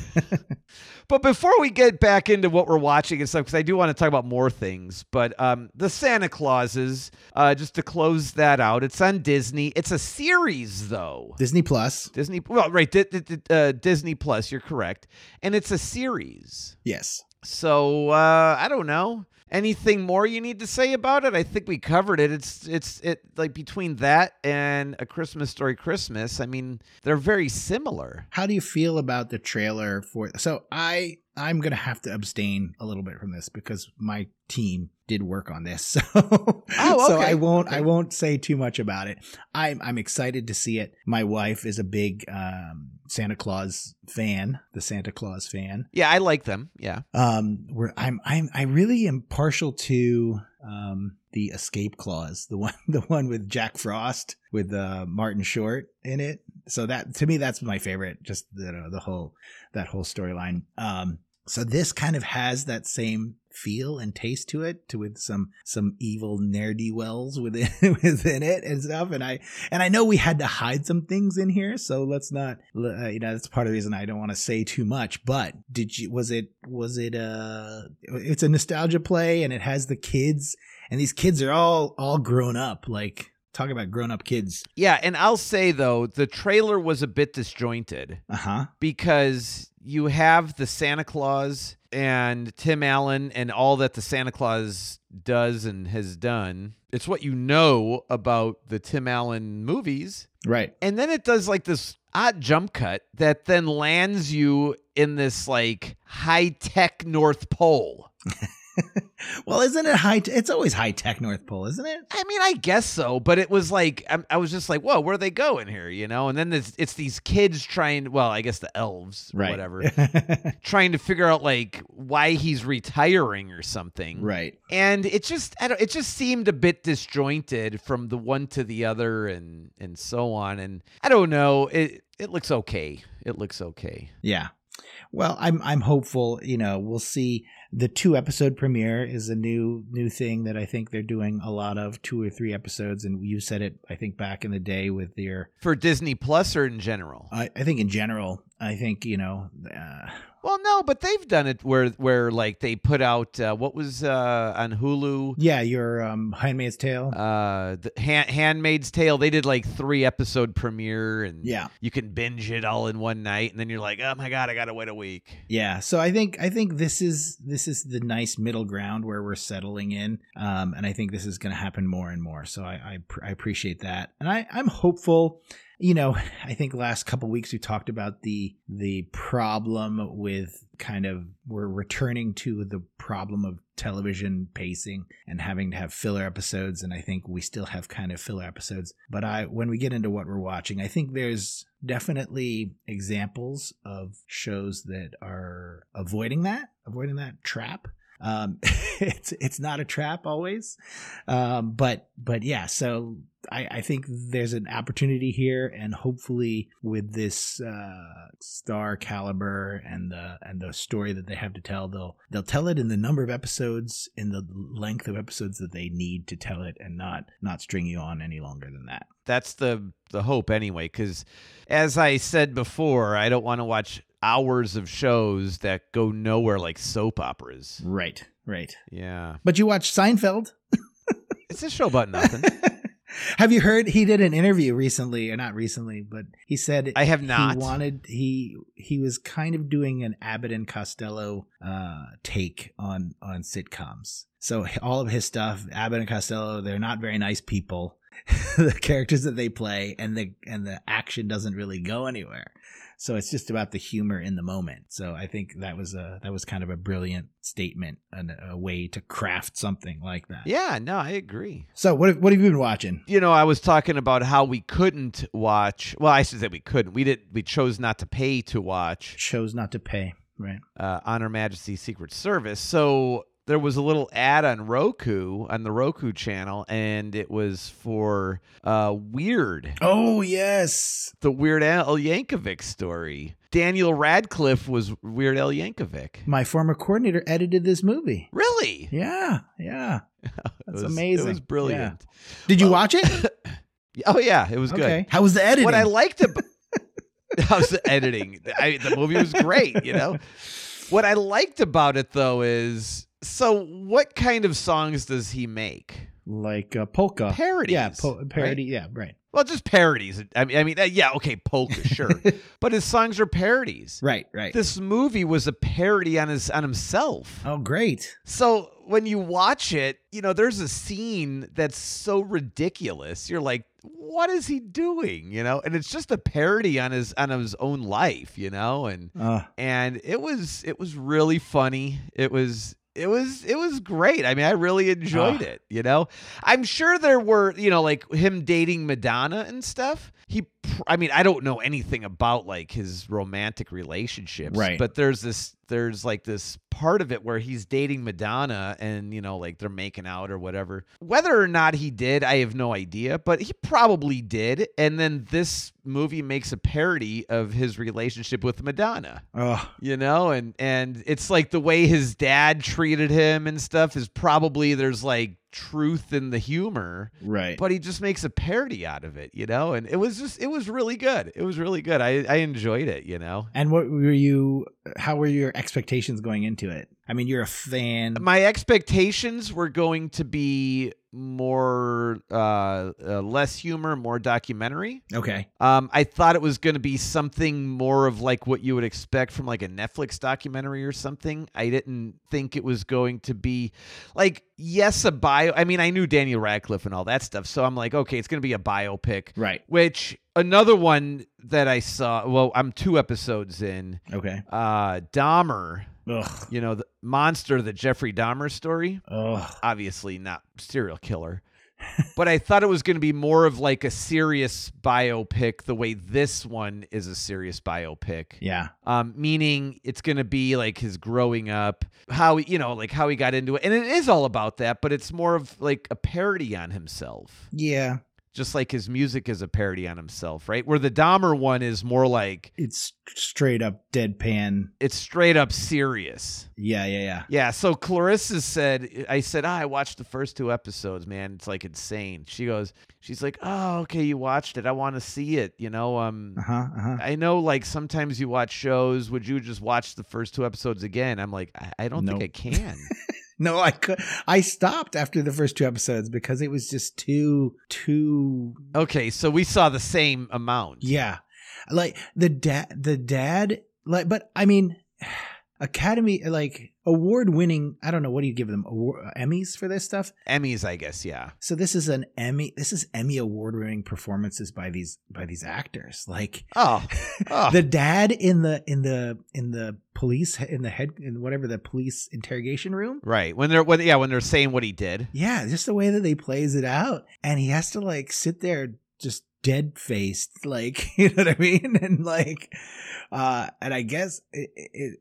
S3: but before we get back into what we're watching and stuff, because I do want to talk about more things, but um, the Santa Clauses, uh, just to close that out, it's on Disney. It's a series, though.
S1: Disney Plus.
S3: Disney, well, right, di- di- di- uh, Disney Plus, you're correct. And it's a series.
S1: Yes.
S3: So uh, I don't know. Anything more you need to say about it? I think we covered it. It's it's it like between that and a Christmas story Christmas. I mean, they're very similar.
S1: How do you feel about the trailer for so I I'm gonna have to abstain a little bit from this because my team did work on this. So, so
S3: Oh, okay.
S1: I won't I
S3: Okay.
S1: won't say too much about it. I'm I'm excited to see it. My wife is a big um, Santa Claus fan, the Santa Claus fan.
S3: Yeah, I like them. Yeah.
S1: um where i'm i'm i really am partial to um the escape clause the one the one with jack frost with uh martin short in it so that to me that's my favorite just you know the whole that whole storyline um so this kind of has that same feel and taste to it to with some some evil nerdy wells within within it and stuff and i and i know we had to hide some things in here so let's not uh, you know that's part of the reason i don't want to say too much but did you was it was it uh it's a nostalgia play and it has the kids and these kids are all all grown up like talk about grown up kids
S3: Yeah, and I'll say though, the trailer was a bit disjointed
S1: uh-huh
S3: because you have the Santa Claus and Tim Allen and all that the Santa Claus does and has done. It's what you know about the Tim Allen movies.
S1: right
S3: And then it does like this odd jump cut that then lands you in this like high tech North Pole.
S1: well isn't it high t- it's always high tech north pole isn't it
S3: I mean, I guess so, but it was like I, I was just like, "Whoa, where are they going here?" You know. And then it's, it's these kids trying. Well, I guess the elves, or whatever, trying to figure out like why he's retiring or something.
S1: right
S3: And it just, I don't, it just seemed a bit disjointed from the one to the other, and and so on. And I don't know. It it looks okay. It looks okay.
S1: Yeah. Well, I'm I'm hopeful, you know, we'll see the two episode premiere is a new new thing that I think they're doing a lot of two or three episodes and you said it I think back in the day with your
S3: For Disney Plus or in general?
S1: I, I think in general, I think, you know, uh,
S3: well, no, but they've done it where where like they put out uh, what was uh, on Hulu.
S1: yeah, your um Handmaid's Tale.
S3: uh the Han- handmaid's tale they did like three episode premiere and
S1: yeah.
S3: you can binge it all in one night and then you're like oh my god i gotta wait a week
S1: Yeah, so I think I think this is this is the nice middle ground where we're settling in, um, and I think this is going to happen more and more. So I I, pr- I appreciate that, and I I'm hopeful. You know, I think last couple weeks we talked about the the problem with kind of we're returning to the problem of television pacing and having to have filler episodes, and I think we still have kind of filler episodes. But I when we get into what we're watching, I think there's definitely examples of shows that are avoiding that, avoiding that trap. Um, it's it's not a trap always, um, but but yeah. So I, I think there's an opportunity here, and hopefully with this uh, star caliber and the and the story that they have to tell, they'll they'll tell it in the number of episodes, in the length of episodes that they need to tell it, and not not string you on any longer than that.
S3: That's the the hope anyway, because as I said before, I don't want to watch hours of shows that go nowhere like soap operas.
S1: Right, right.
S3: Yeah,
S1: But you watch Seinfeld.
S3: it's a show about nothing.
S1: Have you heard he did an interview recently or not recently, but he said
S3: I have not.
S1: he wanted he he was kind of doing an Abbott and Costello uh take on on sitcoms. So h- all of his stuff, Abbott and Costello, they're not very nice people. the characters that they play and the and the action doesn't really go anywhere. So it's just about the humor in the moment. So I think that was a that was kind of a brilliant statement and a way to craft something like that.
S3: yeah, no, I agree.
S1: So what have- what have you been watching?
S3: You know, I was talking about how we couldn't watch. Well, I should say we couldn't. We did. We chose not to pay to watch
S1: chose not to pay. Right.
S3: uh, on Her Majesty's Secret Service. So there was a little ad on Roku on the Roku channel, and it was for uh, Weird,
S1: Oh yes.
S3: the Weird Al Yankovic story. Daniel Radcliffe was Weird Al Yankovic.
S1: My former coordinator edited this movie.
S3: Really?
S1: Yeah, yeah.
S3: It
S1: That's
S3: was-
S1: amazing.
S3: It was brilliant.
S1: Did you
S3: Well,
S1: watch it?
S3: Oh yeah, it was good.
S1: Okay. How was the editing?
S3: What I liked about I was editing. I, the movie was great, you know. What I liked about it though is so what kind of songs does he make?
S1: like uh, polka
S3: Parodies.
S1: Yeah, po- parody. Yeah, right.
S3: Well, just parodies. I mean, I mean, uh, yeah, okay, polka, sure, but his songs are parodies.
S1: Right, right.
S3: This movie was a parody on his on himself.
S1: oh, great.
S3: So when you watch it, you know, there's a scene that's so ridiculous. You're like, what is he doing? You know, and it's just a parody on his on his own life, you know, and
S1: Uh,
S3: and it was it was really funny. It was it was it was great. I mean, I really enjoyed
S1: Ah.
S3: it, you know. I'm sure there were, you know, like him dating Madonna and stuff. He pr- I mean, I don't know anything about like his romantic relationships,
S1: Right.
S3: but there's this there's like this part of it where he's dating Madonna and, you know, like they're making out or whatever. Whether or not he did, I have no idea, but he probably did. And then this movie makes a parody of his relationship with Madonna
S1: oh,
S3: you know and and it's like the way his dad treated him and stuff is probably there's like truth in the humor
S1: right.
S3: but he just makes a parody out of it you know and it was just it was really good it was really good i i enjoyed it you know
S1: and what were you? How were your expectations going into it? I mean, you're a fan.
S3: my expectations were going to be more uh, uh less humor more documentary
S1: Okay.
S3: um i thought it was going to be something more of like what you would expect from like a netflix documentary or something i didn't think it was going to be like yes a bio i mean i knew daniel radcliffe and all that stuff so i'm like okay it's going to be a biopic
S1: Right.
S3: which another one that i saw well i'm two episodes in
S1: Okay.
S3: uh dahmer
S1: Ugh.
S3: you know the monster the jeffrey dahmer story
S1: Ugh.
S3: obviously not serial killer but i thought it was going to be more of like a serious biopic the way this one is a serious biopic
S1: Yeah.
S3: um, meaning it's going to be like his growing up how you know like how he got into it and it is all about that but it's more of like a parody on himself
S1: Yeah.
S3: just like his music is a parody on himself right where the dahmer one is more like
S1: It's straight up deadpan.
S3: it's straight up serious
S1: Yeah. Yeah. Yeah.
S3: Yeah, so Clarissa said, I said, ah, I watched the first two episodes, man. It's like insane. She goes, she's like, oh, okay, you watched it. I want to see it. You know, um,
S1: Uh huh. Uh huh.
S3: I know like sometimes you watch shows. Would you just watch the first two episodes again? I'm like, I, I don't
S1: Nope.
S3: think I can.
S1: No, I could. I stopped after the first two episodes because it was just too, too.
S3: okay, so we saw the same amount.
S1: Yeah, like the dad, the dad. Like, but I mean, Academy, like award-winning. I don't know what do you give them award, Emmys for this stuff.
S3: Emmys, I guess, yeah.
S1: So this is an Emmy. This is Emmy award-winning performances by these by these actors. Like,
S3: Oh, oh.
S1: the dad in the in the in the police in the head in whatever the police interrogation room.
S3: right. When they're, when, yeah, when they're saying what he did.
S1: Yeah, just the way that they plays it out, and he has to like sit there just dead faced, like you know what I mean, and like, uh, and I guess it, it,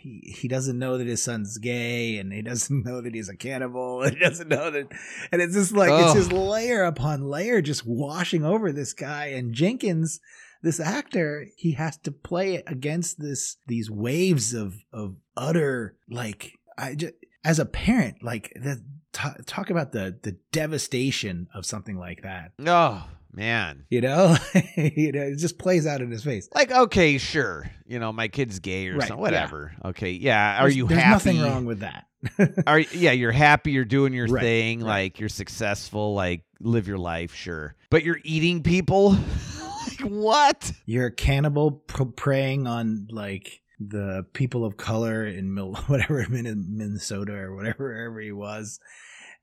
S1: he he doesn't know that his son's gay, and he doesn't know that he's a cannibal, and he doesn't know that, and it's just like it's just layer upon layer just washing over this guy, and Jenkins. This actor, he has to play it against this these waves of of utter like I just as a parent like the, t- talk about the the devastation of something like that
S3: Oh man.
S1: you know you know it just plays out in his face
S3: Like okay, sure. You know, my kid's gay or
S1: Right,
S3: something.
S1: yeah.
S3: Whatever. Okay. Yeah. Are
S1: There's-
S3: you
S1: there's
S3: happy?
S1: nothing wrong with that
S3: Are yeah, you're happy, you're doing your
S1: Right,
S3: thing,
S1: right.
S3: like you're successful, like live your life, sure. But you're eating people? like what?
S1: you're a cannibal pr- preying on like the people of color in Mil- whatever Min- minnesota or whatever wherever he was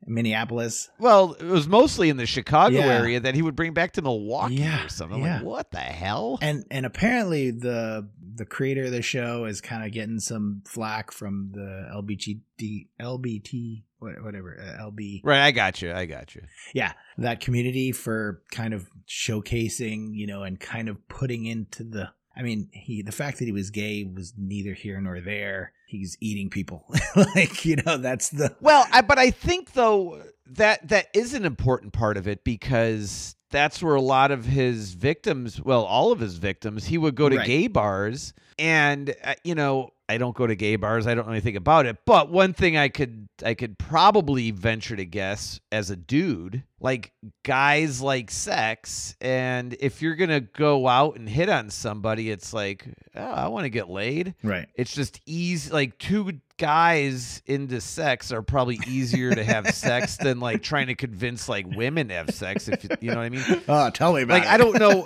S1: minneapolis
S3: Well, it was mostly in the Chicago
S1: Yeah.
S3: area that he would bring back to Milwaukee
S1: Yeah,
S3: or something.
S1: yeah.
S3: Like, what the hell?
S1: and and apparently the the creator of the show is kind of getting some flack from the lbgt lbt what- whatever uh, lb
S3: Right, I got you. I got you.
S1: yeah that community for kind of showcasing you know and kind of putting into the i mean he the fact that he was gay was neither here nor there he's eating people like you know that's the
S3: Well, I, but I think though that that is an important part of it because that's where a lot of his victims, well, all of his victims, he would go to
S1: Right.
S3: gay bars, and uh, you know, I don't go to gay bars. I don't know anything about it. But one thing I could I could probably venture to guess as a dude, like guys like sex, and if you're gonna go out and hit on somebody, it's like, oh, I want to get laid.
S1: right
S3: It's just easy. Like two guys into sex are probably easier to have sex than like trying to convince like women to have sex. If you, you know what I mean.
S1: oh tell me about
S3: Like
S1: it.
S3: I don't know.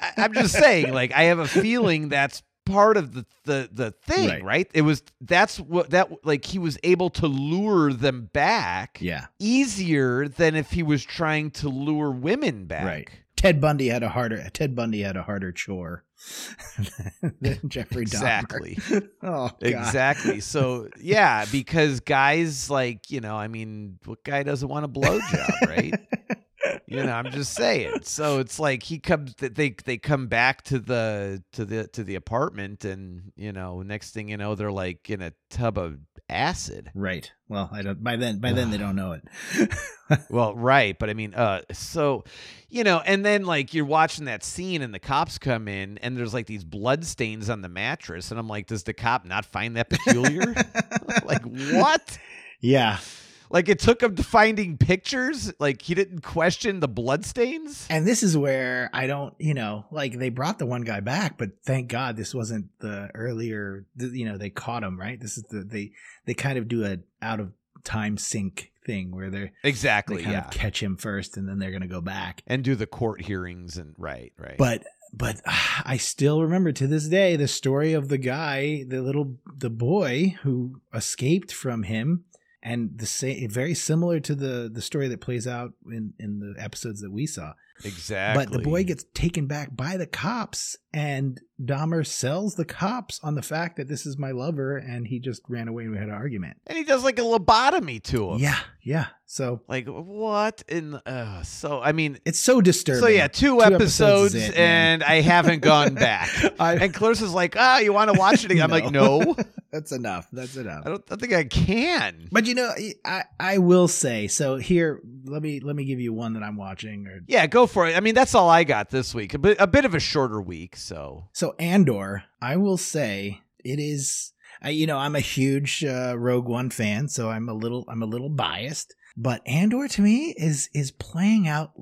S3: I- I'm just saying. Like I have a feeling that's part of the the the thing,
S1: Right.
S3: right? It was that's what that like he was able to lure them back
S1: yeah
S3: easier than if he was trying to lure women back.
S1: Right. ted bundy had a harder ted bundy had a harder chore than jeffrey Dahmer.
S3: Exactly.
S1: oh God.
S3: Exactly. So yeah, because guys like you know, I mean, what guy doesn't want a blowjob, right? you know, I'm just saying. So it's like he comes, th- they they come back to the to the to the apartment, and you know, next thing you know, they're like in a tub of acid.
S1: right well i don't by then by then they don't know it
S3: Well, right, but I mean, uh, so you know, and then like you're watching that scene, and the cops come in, and there's like these blood stains on the mattress, and I'm like, does the cop not find that peculiar? like what?
S1: yeah
S3: Like it took him to finding pictures. Like he didn't question the bloodstains.
S1: And this is where I don't, you know, like they brought the one guy back, but thank God this wasn't the earlier, th- you know, they caught him, right? This is the they they kind of do a out of time sync thing where they're they
S3: Exactly.
S1: kind
S3: Yeah.
S1: of catch him first and then they're gonna go back.
S3: And do the court hearings and right, right.
S1: But but I still remember to this day the story of the guy, the little the boy who escaped from him, and the same very similar to the the story that plays out in in the episodes that we saw.
S3: exactly.
S1: But the boy gets taken back by the cops, and Dahmer sells the cops on the fact that this is my lover, and he just ran away and we had an argument.
S3: and he does like a lobotomy to him.
S1: Yeah, yeah. So
S3: Like what in the- uh, so I mean
S1: it's so disturbing.
S3: so yeah, two,
S1: episodes
S3: episodes,
S1: is it, man.
S3: and I haven't gone back.
S1: I,
S3: and Clarissa's like, ah, you want to watch it again? I'm like, no,
S1: that's enough. That's enough.
S3: I don't. I think I can.
S1: But you know, I I will say so. Here, let me let me give you one that I'm watching. Or
S3: Yeah, go for it. I mean, that's all I got this week. A bit, a bit of a shorter week, so
S1: so Andor, I will say it is. I, you know, I'm a huge uh, Rogue One fan, so I'm a little I'm a little biased. But Andor to me is is playing out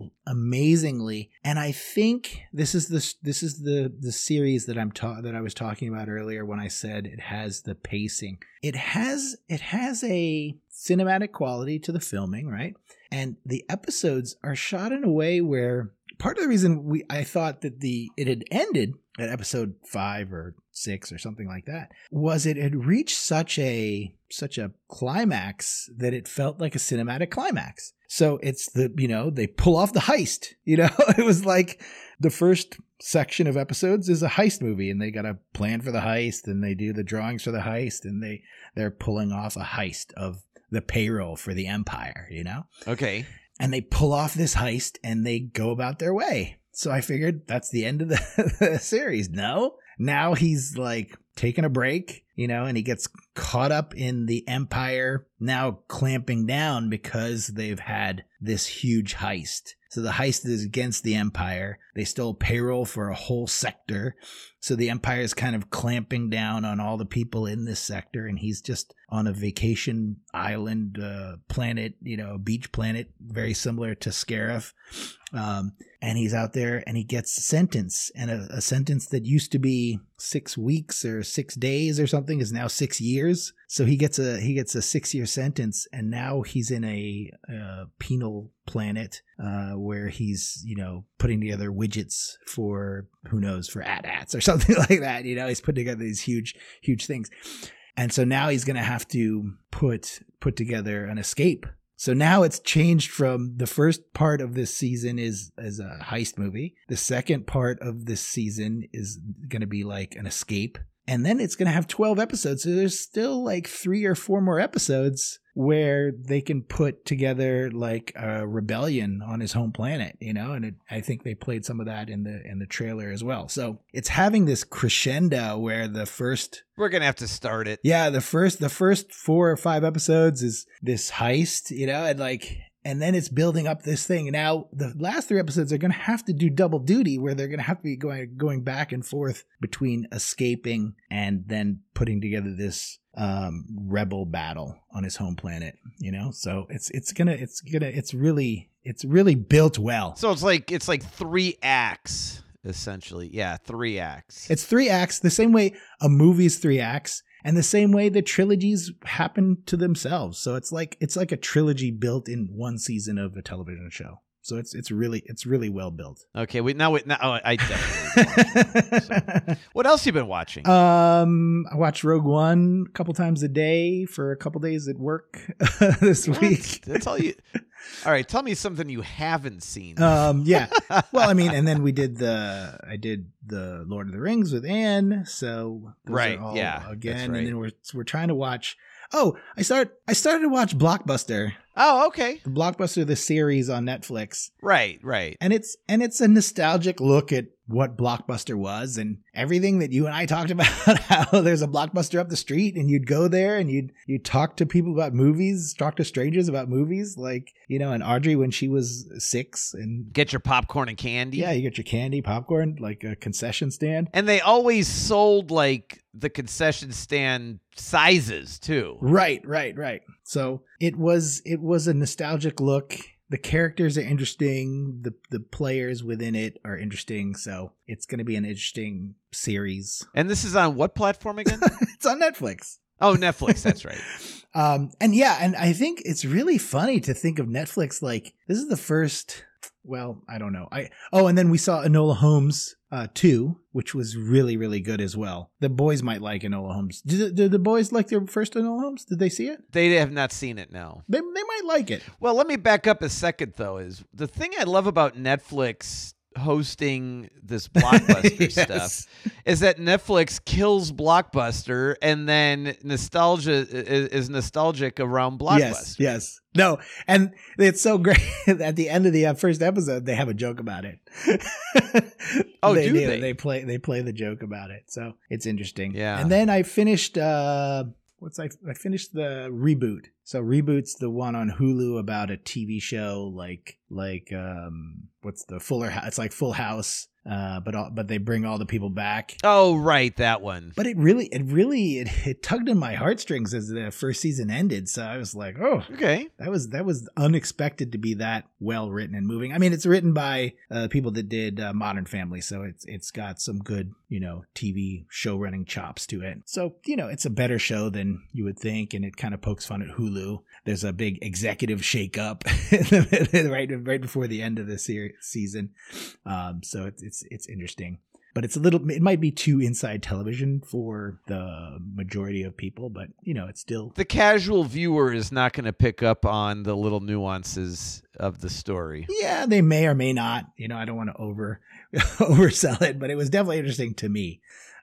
S1: amazingly, and I think this is the this is the the series that I'm ta- that I was talking about earlier when I said it has the pacing. It has it has a cinematic quality to the filming, right? And the episodes are shot in a way where part of the reason we I thought that the it had ended at episode five or six or something like that was it had reached such a such a climax that it felt like a cinematic climax. So it's the you know they pull off the heist. You know it was like the first section of episodes is a heist movie and they got a plan for the heist and they do the drawings for the heist and they they're pulling off a heist of the payroll for the empire. You know
S3: okay.
S1: and they pull off this heist and they go about their way. So I figured that's the end of the, the series. No, now he's like taking a break, you know, and he gets caught up in the empire now clamping down because they've had this huge heist. So the heist is against the empire. They stole payroll for a whole sector. So the empire is kind of clamping down on all the people in this sector, and he's just on a vacation island uh, planet, you know, beach planet, very similar to Scarif. Um, and he's out there and he gets a sentence, and a, a sentence that used to be six weeks or six days or something is now six years. So he gets a he gets a six year sentence, and now he's in a, uh penal planet uh, where he's you know putting together widgets for who knows for at ats or something like that. You know, he's putting together these huge huge things, and so now he's going to have to put put together an escape. So now it's changed from the first part of this season is is a heist movie. The second part of this season is going to be like an escape and then it's going to have 12 episodes so there's still like three or four more episodes where they can put together like a rebellion on his home planet you know and it, i think they played some of that in the in the trailer as well so it's having this crescendo where the first
S3: We're gonna have to start it.
S1: yeah the first the first four or five episodes is this heist you know and like and then it's building up this thing now the last three episodes are going to have to do double duty where they're going to have to be going going back and forth between escaping and then putting together this um rebel battle on his home planet you know so it's it's gonna it's gonna it's really it's really built well
S3: So it's like it's like three acts essentially. Yeah, three acts.
S1: It's three acts, the same way a movie's three acts, and the same way the trilogies happen to themselves. So it's like it's like a trilogy built in one season of a television show. So it's it's really it's really well built.
S3: okay. Wait, now wait. Now oh, I. Definitely what else you been watching?
S1: um, I watched Rogue One a couple times a day for a couple days at work this
S3: What?
S1: week.
S3: That's all you. All right, tell me something you haven't seen.
S1: Um, yeah. Well, I mean, and then we did the I did the Lord of the Rings with Anne, so those are
S3: Right,
S1: all
S3: yeah, that's
S1: again,
S3: right.
S1: and then we're we're trying to watch. Oh, I start I started to watch Blockbuster,
S3: oh, okay.
S1: the Blockbuster the series on Netflix,
S3: Right, right.
S1: and it's and it's a nostalgic look at what Blockbuster was and everything that you and I talked about. How there's a Blockbuster up the street, and you'd go there and you'd you would talk to people about movies, talk to strangers about movies, like you know, and Audrey when she was six and
S3: Get your popcorn and candy.
S1: yeah, you get your candy, popcorn, like a concession stand.
S3: And they always sold like the concession stand sizes too.
S1: Right, right, right. So it was it was a nostalgic look. The characters are interesting. The the players within it are interesting. So it's going to be an interesting series.
S3: And this is on what platform again?
S1: It's on Netflix.
S3: oh, Netflix. That's right.
S1: Um, and yeah, and I think it's really funny to think of Netflix like this is the first. Well, I don't know. I oh, and then we saw Enola Holmes uh, two, which was really really good as well. The boys might like Enola Holmes. Did, did the boys like their first Enola Holmes? Did they see it?
S3: They have not seen it now.
S1: They they might like it.
S3: Well, let me back up a second though. Is the thing I love about Netflix hosting this blockbuster stuff
S1: Yes.
S3: is that Netflix kills blockbuster and then nostalgia i- is nostalgic around blockbuster.
S1: Yes, yes. No, and it's so great. At the end of the uh, first episode, they have a joke about it.
S3: Oh, do they?
S1: They play. They play the joke about it. So it's interesting.
S3: Yeah.
S1: And then I finished. uh What's I? I finished the reboot. So reboot's the one on Hulu about a TV show like like um what's the Fuller House? It's like Full House, uh, but all, but they bring all the people back.
S3: Oh, right, that one.
S1: But it really, it really, it, it tugged on my heartstrings as the first season ended. So I was like, oh,
S3: Okay.
S1: that was that was unexpected to be that well written and moving. I mean, it's written by uh, people that did uh, Modern Family, so it's it's got some good you know TV show running chops to it. So you know, it's a better show than you would think, and it kind of pokes fun at Hulu. There's a big executive shakeup right right before the end of the series, season, um, so it's it's it's interesting. But it's a little. It might be too inside television for the majority of people, but you know, it's still
S3: The casual viewer is not going to pick up on the little nuances of the story.
S1: Yeah, they may or may not. You know, I don't want to over oversell it, but it was definitely interesting to me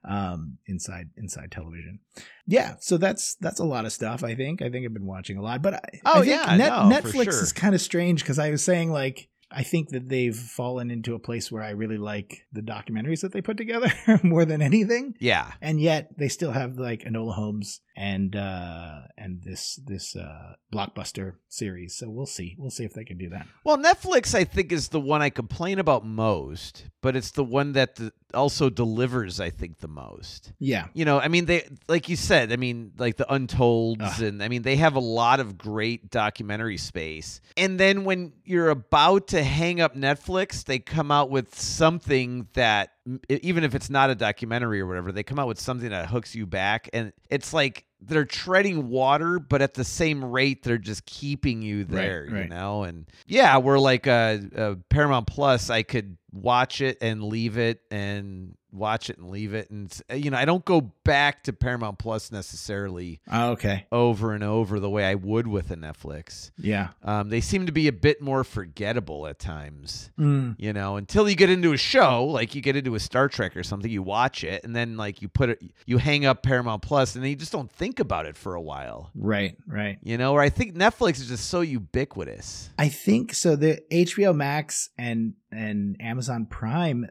S1: um, inside inside television. Yeah, so that's that's a lot of stuff. I think I think I've been watching a lot, but I,
S3: Oh,
S1: I think
S3: yeah, no, for
S1: Netflix
S3: sure.
S1: is kind of strange because I was saying like I think that they've fallen into a place where I really like the documentaries that they put together more than anything.
S3: Yeah.
S1: And yet they still have like Enola Holmes and uh and this this uh blockbuster series. So we'll see. We'll see if they can do that.
S3: Well, Netflix, I think, is the one I complain about most, but it's the one that the, also delivers, I think, the most.
S1: Yeah.
S3: You know, I mean, they, like you said, I mean, like the Untolds,
S1: Ugh.
S3: and I mean, they have a lot of great documentary space. And then when you're about to hang up Netflix, they come out with something that, m- e, even if it's not a documentary or whatever, they come out with something that hooks you back. And it's like, they're treading water, but at the same rate, they're just keeping you
S1: Right,
S3: there, you
S1: right.
S3: know? And yeah, we're like uh, uh, Paramount Plus. I could watch it and leave it and watch it and leave it. And, it's- you know, I don't go back to Paramount Plus necessarily
S1: Oh, okay.
S3: over and over the way I would with a Netflix.
S1: Yeah.
S3: Um, they seem to be a bit more forgettable at times.
S1: Mm.
S3: You know, until you get into a show, like you get into a Star Trek or something, you watch it, and then like you put it, you hang up Paramount Plus, and then you just don't think about it for a while.
S1: Right, right.
S3: You know, or I think Netflix is just so ubiquitous.
S1: I think so. The HBO Max and and Amazon Prime,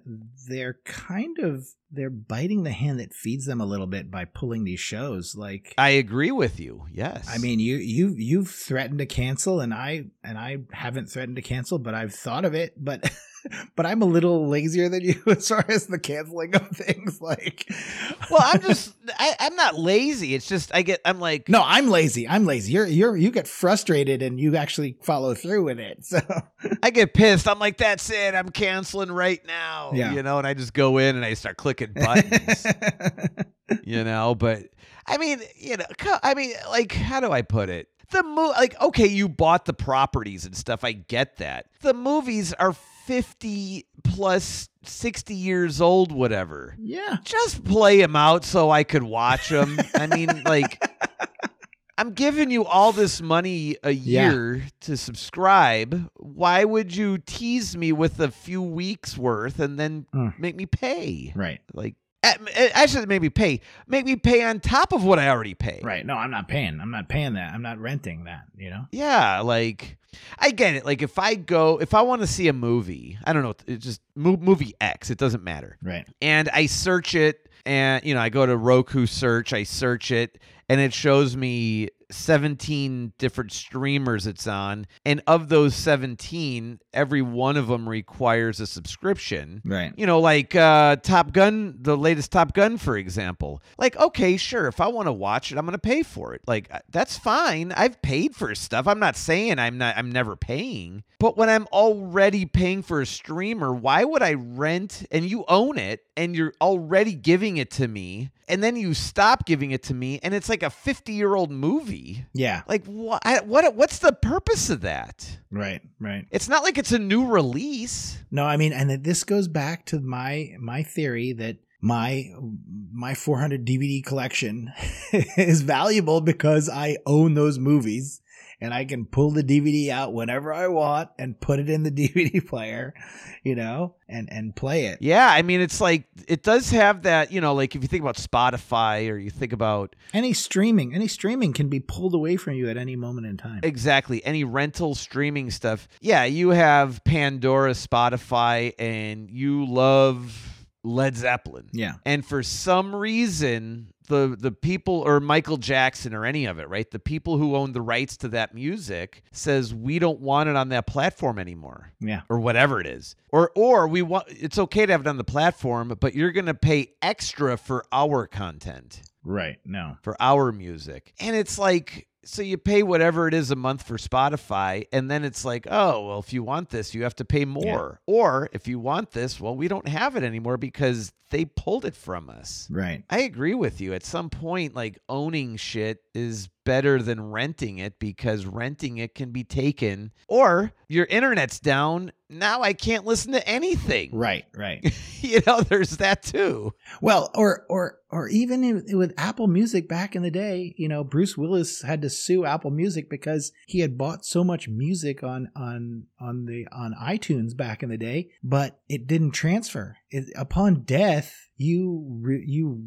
S1: they're kind of they're biting the hand that feeds them a little bit by pulling these shows. Like, I,
S3: I agree with you. Yes.
S1: mean, you you you've threatened to cancel, and I and I haven't threatened to cancel, but I've thought of it. But but I'm a little lazier than you as far as the canceling of things. Like,
S3: well, I'm just, I, I'm not lazy. It's just, I get, I'm like,
S1: no, I'm lazy. I'm lazy. You're you're you get frustrated and you actually follow through with it. So
S3: I get pissed. I'm like, that's it. I'm canceling right now.
S1: Yeah.
S3: You know, and I just go in and I start clicking buttons. you know but i mean you know co- i mean like how do i put it the mo- like okay you bought the properties and stuff i get that the movies are 50 plus 60 years old whatever
S1: yeah.
S3: just play them out so i could watch them i mean like i'm giving you all this money a
S1: Yeah.
S3: year to subscribe why would you tease me with a few weeks worth and then
S1: Mm.
S3: make me pay
S1: Right.
S3: like at- it actually made me pay make me pay on top of what i already pay
S1: Right. No, I'm not paying. I'm not paying that. I'm not renting that, you know?
S3: yeah like i get it like if i go if i want to see a movie i don't know it's just mo- movie x it doesn't matter
S1: Right.
S3: and i search it and you know i go to roku search i search it and it shows me 17 different streamers it's on and of those 17 every one of them requires a subscription
S1: Right.
S3: you know like uh top gun the latest top gun for example like okay sure if i want to watch it i'm gonna pay for it like uh, that's fine i've paid for stuff i'm not saying i'm not i'm never paying but when i'm already paying for a streamer why would i rent and you own it and you're already giving it to me and then you stop giving it to me and it's like a 50 year old movie
S1: Yeah.
S3: like what what what's the purpose of that
S1: Right. Right.
S3: it's not like it's a new release
S1: No, I mean, and that this goes back to my my theory that my my 400 DVD collection is valuable because I own those movies and I can pull the DVD out whenever I want and put it in the DVD player, you know, and and play it.
S3: Yeah, I mean, it's like it does have that, you know, like if you think about Spotify or you think about
S1: Any streaming, any streaming can be pulled away from you at any moment in time.
S3: exactly any rental streaming stuff. Yeah, you have Pandora, Spotify, and you love Led Zeppelin.
S1: Yeah.
S3: And for some reason, the the people or Michael Jackson or any of it, right? The people who own the rights to that music says we don't want it on that platform anymore
S1: Yeah.
S3: or whatever it is. Or or we want it's okay to have it on the platform, but you're going to pay extra for our content,
S1: Right. No.
S3: for our music. And it's like so you pay whatever it is a month for Spotify and then it's like, "Oh, well if you want this, you have to pay more." Or if you want this, well we don't have it anymore because they pulled it from us.
S1: Right.
S3: I agree with you. At some point like owning shit is better than renting it because renting it can be taken or your internet's down. Now I can't listen to anything.
S1: Right. Right.
S3: you know, there's that too.
S1: Well, or or or even in- with Apple Music back in the day, you know, Bruce Willis had to sue Apple Music because he had bought so much music on on on the on iTunes back in the day, but it didn't transfer. It, upon death, you re, you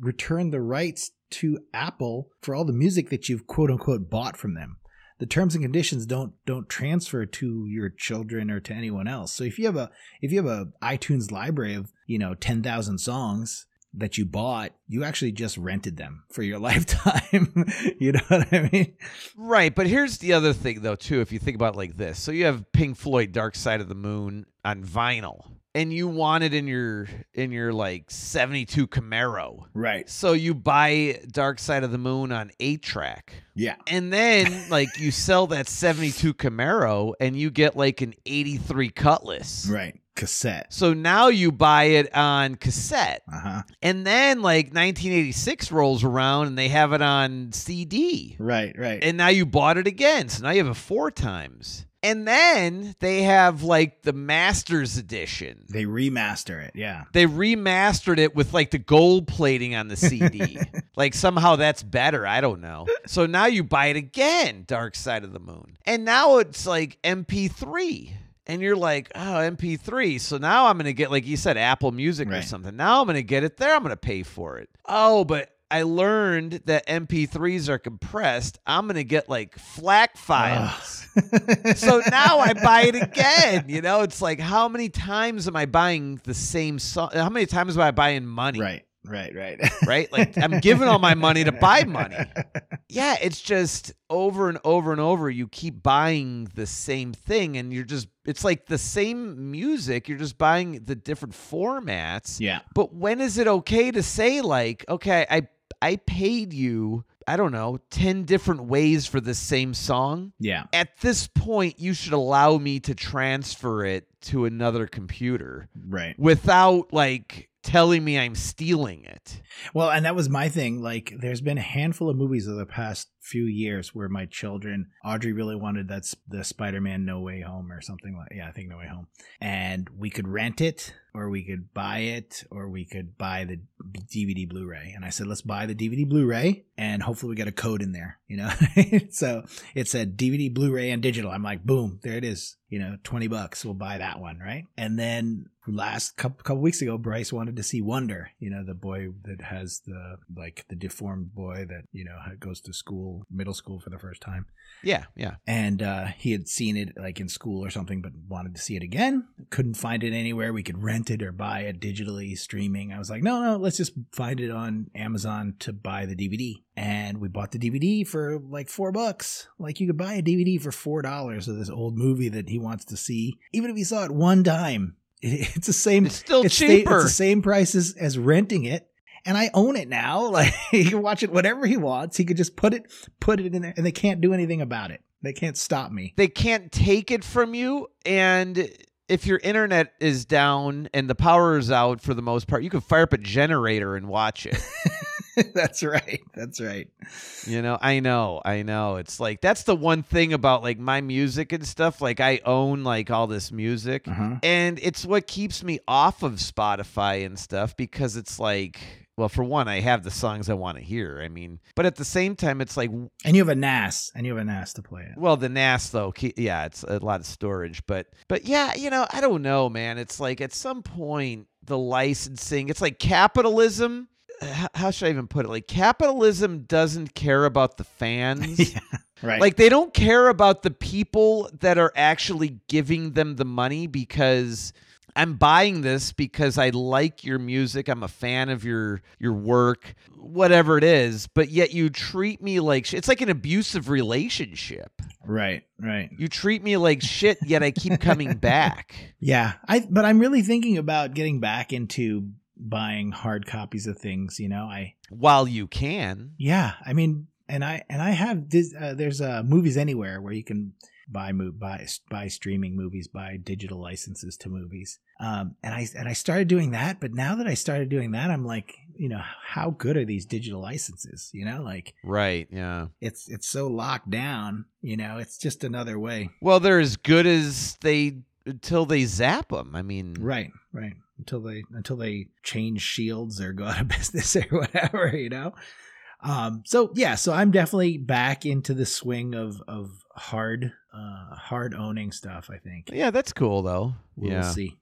S1: return the rights to Apple for all the music that you've quote unquote bought from them the terms and conditions don't don't transfer to your children or to anyone else. So if you have a if you have a iTunes library of you know ten thousand songs that you bought, you actually just rented them for your lifetime. you know what I mean?
S3: Right, but here's the other thing though too if you think about it like this. So you have Pink Floyd Dark Side of the Moon on vinyl and you want it in your in your like 72 Camaro.
S1: Right.
S3: So you buy Dark Side of the Moon on 8 track.
S1: Yeah.
S3: And then like you sell that 72 Camaro and you get like an 83 Cutlass.
S1: Right. Cassette.
S3: So now you buy it on cassette.
S1: Uh huh.
S3: And then like 1986 rolls around and they have it on CD.
S1: Right. Right.
S3: And now you bought it again. So now you have it four times. And then they have like the Masters Edition.
S1: they remaster it. Yeah.
S3: They remastered it with like the gold plating on the CD. like somehow that's better. I don't know. So now you buy it again, Dark Side of the Moon. And now it's like MP3. And you're like, oh, MP3. So now I'm going to get, like you said, Apple Music or
S1: Right.
S3: something. Now I'm going to get it there. I'm going to pay for it. Oh, but I learned that MP3s are compressed. I'm going to get like FLAC files. so now I buy it again. You know, it's like how many times am I buying the same song? How many times am I buying money?
S1: Right. Right. Right.
S3: Right? Like I'm giving all my money to buy money. Yeah, it's just over and over and over. You keep buying the same thing, and you're just, it's like the same music. You're just buying the different formats.
S1: Yeah.
S3: But when is it okay to say like, okay, I I paid you, I don't know, 10 different ways for the same song?
S1: Yeah.
S3: at this point you should allow me to transfer it to another computer
S1: Right.
S3: without like telling me I'm stealing it.
S1: Well, and that was my thing. Like, there's been a handful of movies over the past few years where my children, Audrey really wanted that's the Spider-Man No Way Home or something like. Yeah, I think No Way Home, and we could rent it, or we could buy it, or we could buy the DVD Blu-ray. And I said, let's buy the DVD Blu-ray, and hopefully we get a code in there, you know. so it said DVD Blu-ray and digital. I'm like, boom, there it is. You know, twenty bucks, we'll buy that one, right? And then last couple couple weeks ago, Bryce wanted to see Wonder. You know, the boy that has the like the deformed boy that you know goes to school, middle school for the first time
S3: Yeah, yeah.
S1: and uh, he had seen it like in school or something, but wanted to see it again. Couldn't find it anywhere. We could rent it or buy it digitally streaming. I was like, no, no, let's just find it on Amazon to buy the DVD. And we bought the DVD for like four bucks. Like you could buy a DVD for four dollars of this old movie that he wants to see, even if he saw it one time. It's the same.
S3: It's still
S1: it's the-
S3: cheaper.
S1: it's the same price as, as renting it and I own it now. Like he can watch it whatever he wants. He could just put it put it in there, and they can't do anything about it. They can't stop me.
S3: they can't take it from you and if your internet is down and the power is out for the most part, you can fire up a generator and watch it.
S1: That's right. That's right.
S3: You know, I know, I know. It's like that's the one thing about like my music and stuff. Like I own like all this music.
S1: Uh-huh.
S3: And it's what keeps me off of Spotify and stuff because it's like, well, for one, I have the songs I want to hear. I mean, but at the same time, it's like,
S1: And you have a NAS, and you have a NAS to play it.
S3: well, the NAS though, ke- yeah, it's a lot of storage, but but yeah, you know, I don't know, man. It's like at some point the licensing, it's like capitalism. h- How should I even put it? Like capitalism doesn't care about the fans.
S1: Right.
S3: Like they don't care about the people that are actually giving them the money because I'm buying this because I like your music, I'm a fan of your your work, whatever it is, but yet you treat me like shit. It's like an abusive relationship.
S1: right. Right.
S3: You treat me like shit, yet I keep coming back.
S1: Yeah. I but I'm really thinking about getting back into buying hard copies of things. You know, I
S3: While you can.
S1: Yeah, I mean, and I and I have this. Uh, there's uh, movies anywhere where you can buy mo- buy buy streaming movies, buy digital licenses to movies. Um, and I and I started doing that, but now that I started doing that, I'm like, you know, how good are these digital licenses? You know, like
S3: Right, yeah.
S1: it's it's so locked down. You know, it's just another way.
S3: Well, they're as good as they until they zap them. I mean,
S1: Right, right. Until they until they change shields or go out of business or whatever, you know. Um, so yeah, so I'm definitely back into the swing of of hard uh hard owning stuff, I think.
S3: Yeah, that's cool though.
S1: We'll
S3: yeah.
S1: see.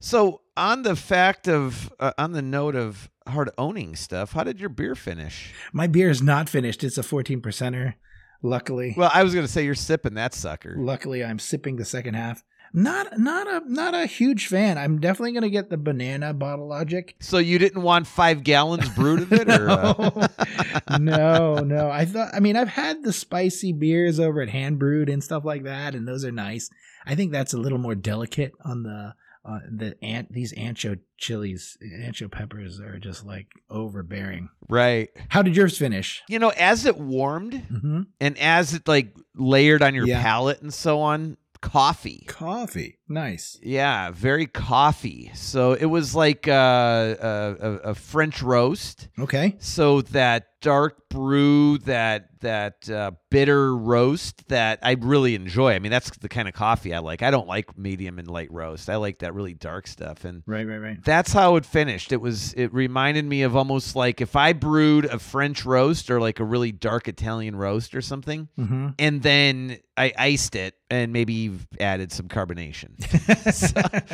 S3: So on the fact of uh, on the note of hard owning stuff, how did your beer finish?
S1: My beer is not finished. It's a 14 percenter. Luckily.
S3: Well, I was gonna say you're sipping that sucker.
S1: Luckily, I'm sipping the second half. Not not a not a huge fan. I'm definitely gonna get the banana bottle logic.
S3: So you didn't want five gallons brewed of it, or uh,
S1: no, no. I thought. I mean, I've had the spicy beers over at Hand Brewed and stuff like that, and those are nice. I think that's a little more delicate on the uh, the ant. These ancho chilies, ancho peppers are just like overbearing.
S3: right?
S1: How did yours finish?
S3: You know, as it warmed
S1: Mm-hmm.
S3: and as it like layered on your
S1: Yeah.
S3: palate and so on, coffee.
S1: Coffee, nice.
S3: Yeah, very coffee. So it was like uh, a, a, a French roast.
S1: Okay,
S3: So that dark brew, that that uh, bitter roast that I really enjoy. I mean, that's the kind of coffee I like. I don't like medium and light roast. I like that really dark stuff. And
S1: right, right, right.
S3: that's how it finished. It was. It reminded me of almost like if I brewed a French roast or like a really dark Italian roast or something,
S1: Mm-hmm.
S3: and then I iced it and maybe added some carbonation.
S1: Mm-hmm.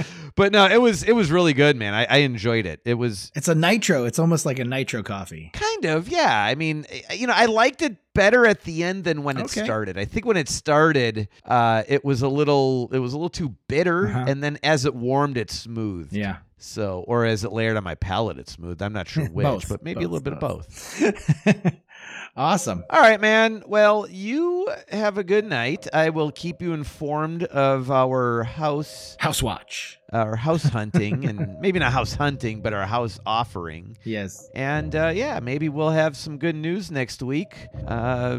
S3: So- but no, it was it was really good, man. I, I enjoyed it. It was
S1: It's a nitro. It's almost like a nitro coffee.
S3: Kind of, yeah. I mean, I- you know, I liked it better at the end than when it
S1: Okay.
S3: started. I think when it started, uh, it was a little, it was a little too bitter,
S1: Uh-huh.
S3: and then as it warmed, it smoothed.
S1: Yeah.
S3: So, or as it layered on my palate, it smoothed. I'm not sure which, but maybe a little bit of both.
S1: of both. awesome.
S3: All right, man. Well, you have a good night. I will keep you informed of our house,
S1: House watch.
S3: our house hunting, and maybe not house hunting, but our house offering.
S1: Yes.
S3: And uh, yeah, maybe we'll have some good news next week. Uh,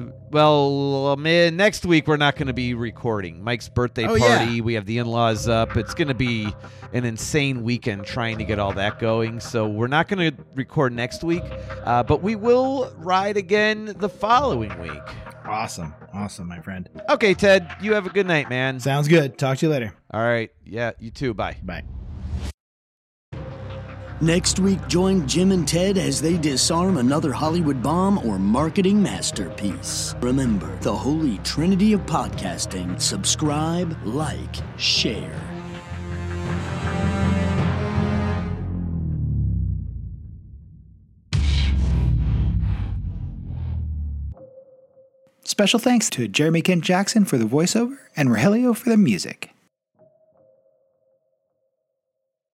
S3: well, man, next week we're not going to be recording. Mike's birthday
S1: Oh, yeah.
S3: party. We have the in-laws up. It's going to be an insane weekend trying to get all that going. So we're not going to record next week, uh, but we will ride again the following week.
S1: Awesome. Awesome, my friend.
S3: Okay, Ted, you have a good night, man.
S1: Sounds good. Talk to you later.
S3: All right. Yeah, you too. Bye.
S1: Bye.
S2: Next week, join Jim and Ted as they disarm another Hollywood bomb or marketing masterpiece. Remember, the holy trinity of podcasting subscribe, like, share.
S4: Special thanks to Jeremy Kent Jackson for the voiceover and Rogelio for the music.